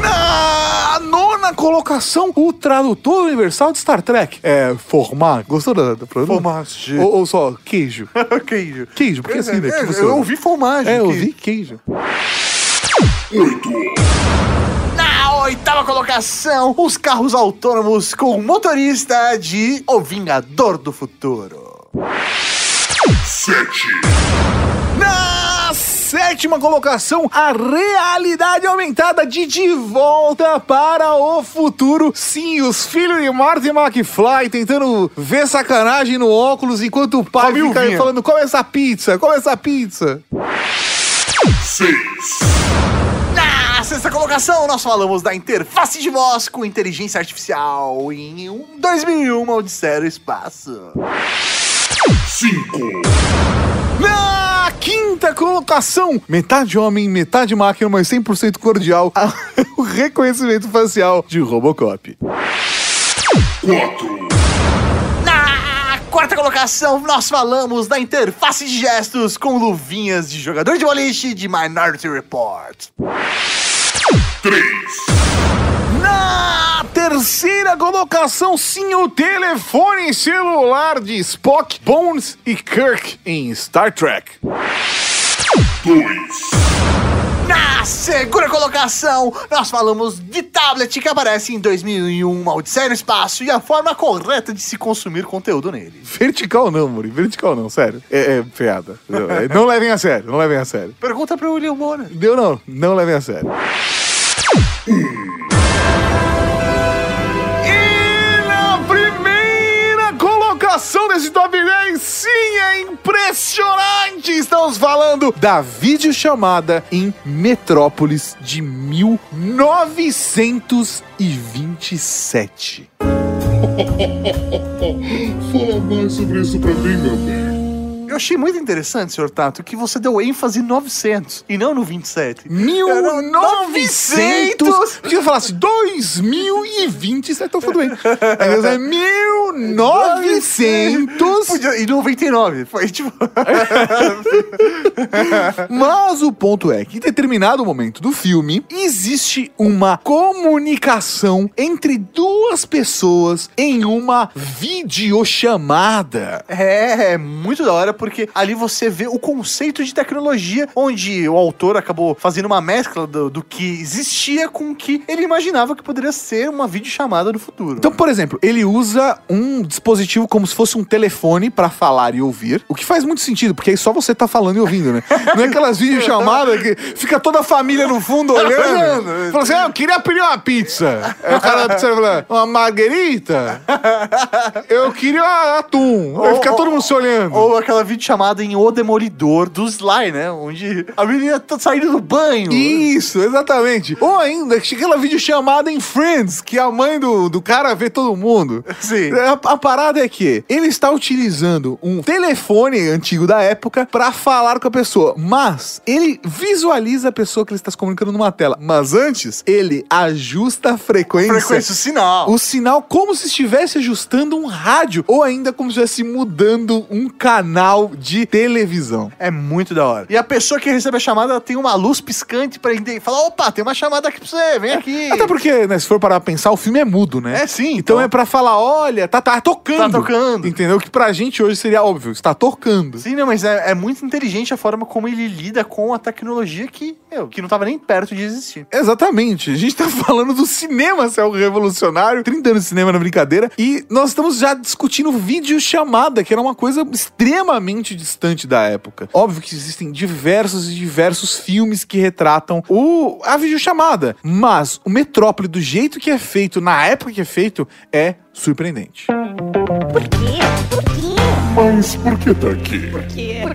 [SPEAKER 3] Na nona colocação, o tradutor universal de Star Trek. É, formar. Gostou da, da
[SPEAKER 4] Formate.
[SPEAKER 3] Ou, ou só, queijo.
[SPEAKER 4] queijo. é,
[SPEAKER 3] Queijo, porque assim, né? que você-
[SPEAKER 4] eu ouvi formagem.
[SPEAKER 3] É, eu
[SPEAKER 4] queijo.
[SPEAKER 3] ouvi queijo.
[SPEAKER 4] Na oitava colocação, os carros autônomos com motorista de O Vingador do Futuro.
[SPEAKER 3] Na sétima colocação, a realidade aumentada de De Volta para o Futuro. Sim, os filhos de Marty McFly tentando ver sacanagem no óculos enquanto o pai
[SPEAKER 4] Come
[SPEAKER 3] fica aí
[SPEAKER 4] uvinha.
[SPEAKER 3] falando: come essa pizza, come essa pizza.
[SPEAKER 1] Seis.
[SPEAKER 4] Na sexta colocação, nós falamos da interface de voz com inteligência artificial em um 2001 Odisseia no Espaço.
[SPEAKER 1] 5,
[SPEAKER 3] Na quinta colocação, metade homem, metade máquina, mas 100% cordial, o reconhecimento facial de Robocop.
[SPEAKER 1] 4,
[SPEAKER 4] Na quarta colocação, nós falamos da interface de gestos com luvinhas de jogador de boliche de Minority Report.
[SPEAKER 1] 3,
[SPEAKER 3] Na terceira colocação, sim, o telefone celular de Spock, Bones e Kirk em Star Trek.
[SPEAKER 1] 2,
[SPEAKER 4] Na segunda colocação, nós falamos de tablet que aparece em 2001, Odisseia no um, Espaço, e a forma correta de se consumir conteúdo nele.
[SPEAKER 3] Vertical não, Muri, vertical não, sério. É, é piada. Não, é- Não levem a sério, não levem a sério.
[SPEAKER 4] Pergunta pro William Bonner.
[SPEAKER 3] Deu não, não levem a sério. E na primeira colocação desse top 10, sim, é impressionante! Estamos falando da videochamada em Metrópolis de 1927.
[SPEAKER 1] fala mais sobre isso pra mim, meu bem.
[SPEAKER 4] Eu achei muito interessante, senhor Tato, que você deu ênfase em 900 e não no 27.
[SPEAKER 3] 1900! Queria falar assim, 2027, então tudo bem. Aí eu falei, 1900!
[SPEAKER 4] Podia- E 99. Foi tipo.
[SPEAKER 3] Mas o ponto é que em determinado momento do filme existe uma comunicação entre duas pessoas em uma videochamada.
[SPEAKER 4] É, é muito da hora, porque ali você vê o conceito de tecnologia, onde o autor acabou fazendo uma mescla do, do que existia com o que ele imaginava que poderia ser uma videochamada no futuro.
[SPEAKER 3] Então, por exemplo, ele usa um dispositivo como se fosse um telefone pra falar e ouvir, o que faz muito sentido, porque aí só você tá falando e ouvindo, né? Não é aquelas videochamadas que fica toda a família no fundo olhando.
[SPEAKER 4] Tá Olhando.
[SPEAKER 3] Fala assim, ah, eu queria pedir uma pizza. Aí o cara da pizza fala, uma marguerita? Eu queria um atum. Aí
[SPEAKER 4] Ou-
[SPEAKER 3] fica todo mundo se olhando.
[SPEAKER 4] ou aquela videochamada em O Demolidor do Sly, né? Onde a menina tá saindo do banho.
[SPEAKER 3] Isso, exatamente. Ou ainda, aquela videochamada em Friends, que a mãe do, do cara vê todo mundo.
[SPEAKER 4] Sim.
[SPEAKER 3] A, a parada é que ele está utilizando um telefone antigo da época pra falar com a pessoa, mas ele visualiza a pessoa que ele está se comunicando numa tela. Mas antes, ele ajusta a frequência.
[SPEAKER 4] Frequência o sinal.
[SPEAKER 3] O sinal como se estivesse ajustando um rádio ou ainda como se estivesse mudando um canal de televisão.
[SPEAKER 4] É muito da hora. E a pessoa que recebe a chamada ela tem uma luz piscante pra entender. Fala, opa, tem uma chamada aqui pra você, vem aqui.
[SPEAKER 3] Até porque, né, se for parar pra pensar, o filme é mudo, né?
[SPEAKER 4] É, sim,
[SPEAKER 3] Então,
[SPEAKER 4] então.
[SPEAKER 3] é pra falar, olha, tá, tá tocando.
[SPEAKER 4] Tá tocando.
[SPEAKER 3] Entendeu? Que pra gente hoje seria óbvio, está tocando.
[SPEAKER 4] Sim, não, mas é, é muito inteligente a forma como ele lida com a tecnologia que, meu, que não tava nem perto de existir.
[SPEAKER 3] Exatamente. A gente tá falando do cinema, céu revolucionário. 30 anos de cinema na brincadeira. E nós estamos já discutindo videochamada, que era uma coisa extremamente distante da época. Óbvio que existem diversos e diversos filmes que retratam o, a videochamada. Mas o Metrópole, do jeito que é feito, na época que é feito, é surpreendente.
[SPEAKER 1] Mas por que tá aqui?
[SPEAKER 2] Por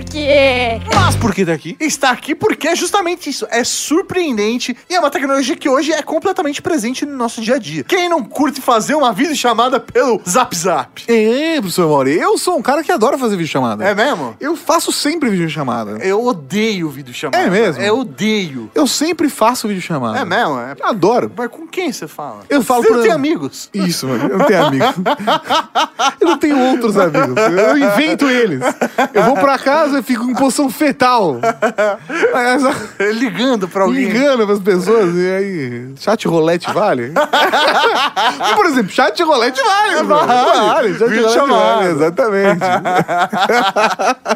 [SPEAKER 2] quê?
[SPEAKER 3] Mas por que tá aqui?
[SPEAKER 4] Está aqui porque é justamente isso. É surpreendente e é uma tecnologia que hoje é completamente presente no nosso dia a dia. Quem não curte fazer uma videochamada pelo Zap Zap?
[SPEAKER 3] É, professor Mauri, eu sou um cara que adora fazer videochamada.
[SPEAKER 4] É mesmo?
[SPEAKER 3] Eu faço sempre videochamada.
[SPEAKER 4] Eu odeio videochamada.
[SPEAKER 3] É mesmo?
[SPEAKER 4] Eu odeio.
[SPEAKER 3] Eu sempre faço videochamada.
[SPEAKER 4] É mesmo? É-
[SPEAKER 3] Adoro.
[SPEAKER 4] Mas com quem você fala?
[SPEAKER 3] Eu falo
[SPEAKER 4] você
[SPEAKER 3] pro-
[SPEAKER 4] não tem amigos.
[SPEAKER 3] Isso, mano. Eu não tenho amigo. eu não tenho outros amigos. Eu invento eles. Eu vou pra casa e fico em posição fetal. Aí, essa-
[SPEAKER 4] É, Ligando pra alguém.
[SPEAKER 3] Ligando pras pessoas. E aí, chat rolete vale? Por exemplo, chat rolete vale. mano. Vale. Chat rolete
[SPEAKER 4] Videochamada.
[SPEAKER 3] vale, exatamente.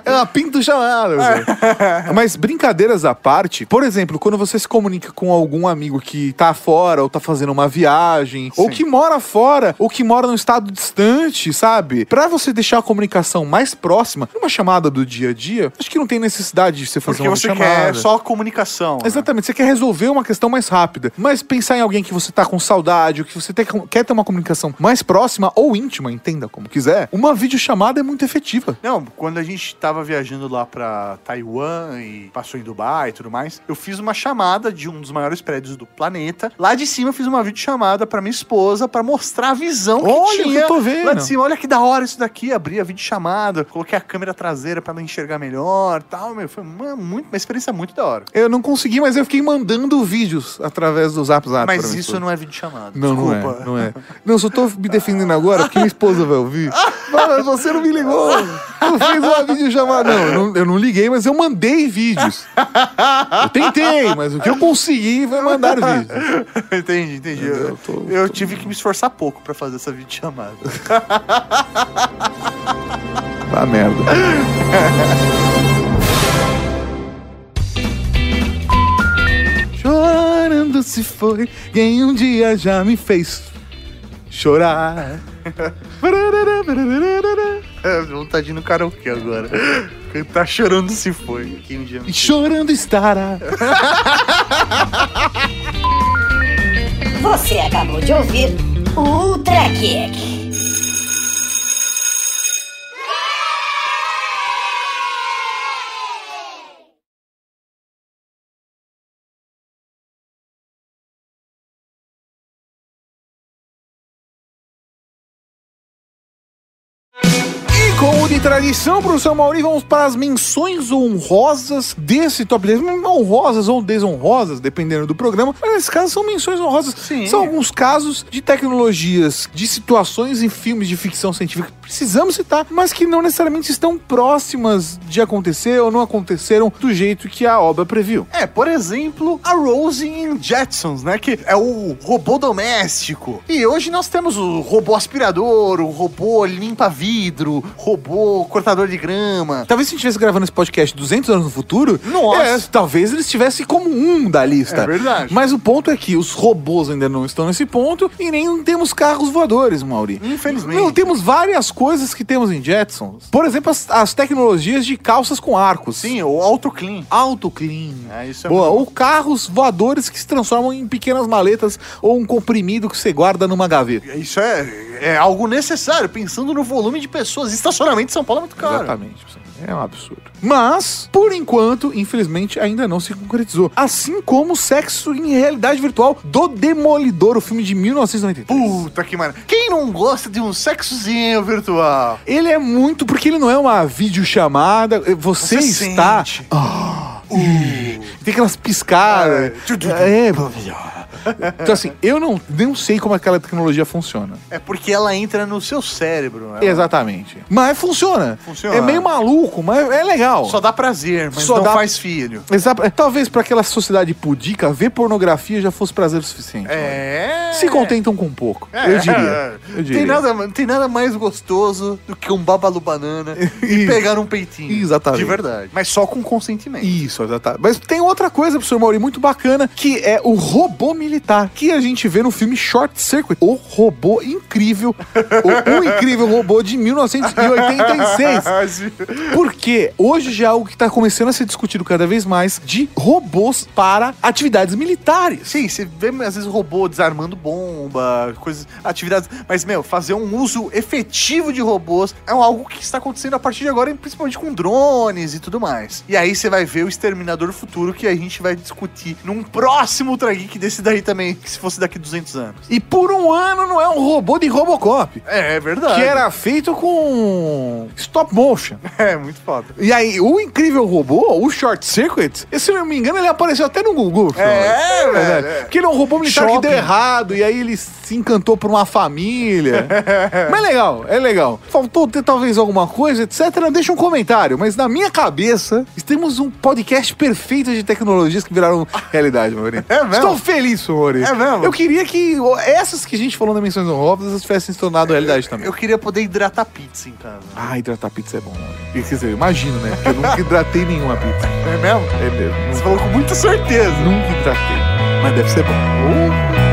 [SPEAKER 3] É uma pinto chamada. você. Mas brincadeiras à parte, por exemplo, quando você se comunica com algum amigo que tá fora ou tá fazendo uma viagem, ou que mora fora, ou que mora num estado distante, sabe? Pra você deixar a comunicação mais máxima. Uma chamada do dia a dia, acho que não tem necessidade de você fazer
[SPEAKER 4] Porque
[SPEAKER 3] uma
[SPEAKER 4] você
[SPEAKER 3] chamada.
[SPEAKER 4] quer só comunicação. né?
[SPEAKER 3] Exatamente, você quer resolver uma questão mais rápida, mas pensar em alguém que você tá com saudade, ou que você te- quer ter uma comunicação mais próxima ou íntima, entenda como quiser, uma videochamada é muito efetiva.
[SPEAKER 4] Não, quando a gente tava viajando lá pra Taiwan e passou em Dubai e tudo mais, eu fiz uma chamada de um dos maiores prédios do planeta. Lá de cima eu fiz uma videochamada pra minha esposa pra mostrar a visão
[SPEAKER 3] Olha,
[SPEAKER 4] que
[SPEAKER 3] que
[SPEAKER 4] tinha.
[SPEAKER 3] eu tô vendo.
[SPEAKER 4] Lá de cima, olha que da hora isso daqui. Abri a videochamada, coloquei a câmera traseira pra ela enxergar melhor tal, meu. Foi uma, muito, uma experiência muito da hora.
[SPEAKER 3] Eu não consegui, mas eu fiquei mandando vídeos através do Zap Zap. pra
[SPEAKER 4] Mas
[SPEAKER 3] minha
[SPEAKER 4] isso
[SPEAKER 3] esposa.
[SPEAKER 4] não é videochamada.
[SPEAKER 3] Não, não é,
[SPEAKER 4] desculpa.
[SPEAKER 3] não é. Não, eu só tô me defendendo agora porque minha esposa vai ouvir. Mas você não me ligou. Eu fiz uma videochamada. Não, eu não, eu não liguei, mas eu mandei vídeos. Eu tentei, mas o que eu consegui foi mandar vídeos.
[SPEAKER 4] entendi, entendi.
[SPEAKER 3] Entendeu?
[SPEAKER 4] Eu,
[SPEAKER 3] Eu tô-
[SPEAKER 4] eu tive que me esforçar pouco pra fazer essa videochamada.
[SPEAKER 3] Ah, merda. Chorando se foi, quem um dia já me fez chorar.
[SPEAKER 4] É, vontade de ir no karaokê agora. Tá chorando se foi. Quem um dia me
[SPEAKER 3] E chorando estará.
[SPEAKER 7] Você acabou de ouvir o Ultra Kick.
[SPEAKER 3] E como de tradição, professor Mauri, vamos para as menções honrosas desse top 10. Não Honrosas ou desonrosas, dependendo do programa. Mas nesse caso são menções honrosas. São alguns casos de tecnologias, de situações em filmes de ficção científica que precisamos citar, mas que não necessariamente estão próximas de acontecer ou não aconteceram do jeito que a obra previu.
[SPEAKER 4] É, por exemplo, a Rose em Jetsons, né? Que é o robô doméstico. E hoje nós temos o robô aspirador, o robô limpa-vidro, robô cortador de grama.
[SPEAKER 3] Talvez se a gente estivesse gravando esse podcast 200 anos no futuro,
[SPEAKER 4] Nossa.
[SPEAKER 3] é, talvez eles estivessem como um da lista.
[SPEAKER 4] É verdade.
[SPEAKER 3] Mas o ponto é que os robôs ainda não estão nesse ponto e nem temos carros voadores, Mauri.
[SPEAKER 4] Infelizmente.
[SPEAKER 3] Não, temos várias coisas que temos em Jetsons. Por exemplo, as, as tecnologias de calças com arcos.
[SPEAKER 4] Sim, o autoclean.
[SPEAKER 3] Autoclean.
[SPEAKER 4] É, isso é
[SPEAKER 3] Boa,
[SPEAKER 4] muito
[SPEAKER 3] ou carros voadores que se transformam em pequenas maletas ou um comprimido que você guarda numa gaveta.
[SPEAKER 4] Isso é, é algo necessário, pensando no volume de pessoas. Estacionamento em São Paulo é muito caro.
[SPEAKER 3] Exatamente. assim, É um absurdo. Mas, por enquanto, infelizmente, ainda não se concretizou. Assim como o sexo em realidade virtual do Demolidor, o filme de 1993.
[SPEAKER 4] Puta que maravilha. Quem não gosta de um sexozinho virtual?
[SPEAKER 3] Ele é muito, porque ele não é uma videochamada. eh, Você,
[SPEAKER 4] Você
[SPEAKER 3] está.
[SPEAKER 4] sente.
[SPEAKER 3] Ah, ih, Tem aquelas piscadas. É, então, assim, eu não, não sei como aquela tecnologia funciona.
[SPEAKER 4] É porque ela entra no seu cérebro. né?
[SPEAKER 3] Exatamente. Mas funciona.
[SPEAKER 4] Funciona.
[SPEAKER 3] É meio maluco, mas é legal.
[SPEAKER 4] Só dá prazer, mas
[SPEAKER 3] Só
[SPEAKER 4] não
[SPEAKER 3] dá-
[SPEAKER 4] faz filho.
[SPEAKER 3] Exato. É, Talvez pra aquela sociedade pudica, ver pornografia já fosse prazer o suficiente.
[SPEAKER 4] É.
[SPEAKER 3] Se contentam com pouco,
[SPEAKER 4] É.
[SPEAKER 3] eu diria. Eu diria.
[SPEAKER 4] Tem nada, não tem nada mais gostoso do que um babalu banana e
[SPEAKER 3] Isso.
[SPEAKER 4] pegar um peitinho.
[SPEAKER 3] Exatamente.
[SPEAKER 4] De verdade. Mas só com consentimento.
[SPEAKER 3] Isso, exatamente. Mas tem outra coisa, professor Mauri, muito bacana, que é o robô militar, que a gente vê no filme Short Circuit. O robô incrível. o, o incrível robô de 1986. Porque hoje já é algo que está começando a ser discutido cada vez mais de robôs para atividades militares.
[SPEAKER 4] Sim, você vê às vezes robô desarmando bomba, coisas, atividades. Mas, meu, fazer um uso efetivo de robôs é algo que está acontecendo a partir de agora, principalmente com drones e tudo mais. E aí você vai ver o Exterminador Futuro que a gente vai discutir num próximo Ultra Geek desse daí também, que se fosse daqui 200 anos.
[SPEAKER 3] E por um ano não é um robô de Robocop.
[SPEAKER 4] É, é verdade.
[SPEAKER 3] que era feito com stop motion.
[SPEAKER 4] É, muito foda.
[SPEAKER 3] E aí, o incrível robô, o Short Circuit, e se não me engano, ele apareceu até no Google.
[SPEAKER 4] É,
[SPEAKER 3] velho.
[SPEAKER 4] velho, é.
[SPEAKER 3] Porque ele é um robô militar que
[SPEAKER 4] Shopping.
[SPEAKER 3] deu errado, e aí ele se encantou por uma família. mas é legal, é legal. Faltou ter talvez alguma coisa, etc. Deixa um comentário, mas na minha cabeça, temos um podcast perfeito de tecnologias que viraram realidade, Maurinho.
[SPEAKER 4] É mesmo?
[SPEAKER 3] Estou feliz, Maurinho.
[SPEAKER 4] É mesmo?
[SPEAKER 3] Eu queria que essas que a gente falou na Menções Honrosas tivessem se tornado realidade também.
[SPEAKER 4] Eu queria poder hidratar pizza então. em casa.
[SPEAKER 3] Ah, hidratar pizza é bom. Quer dizer, eu imagino, né? Porque eu nunca hidratei nenhuma pizza.
[SPEAKER 4] É mesmo?
[SPEAKER 3] É mesmo.
[SPEAKER 4] Você falou com muita certeza.
[SPEAKER 3] Nunca hidratei. Mas deve ser bom.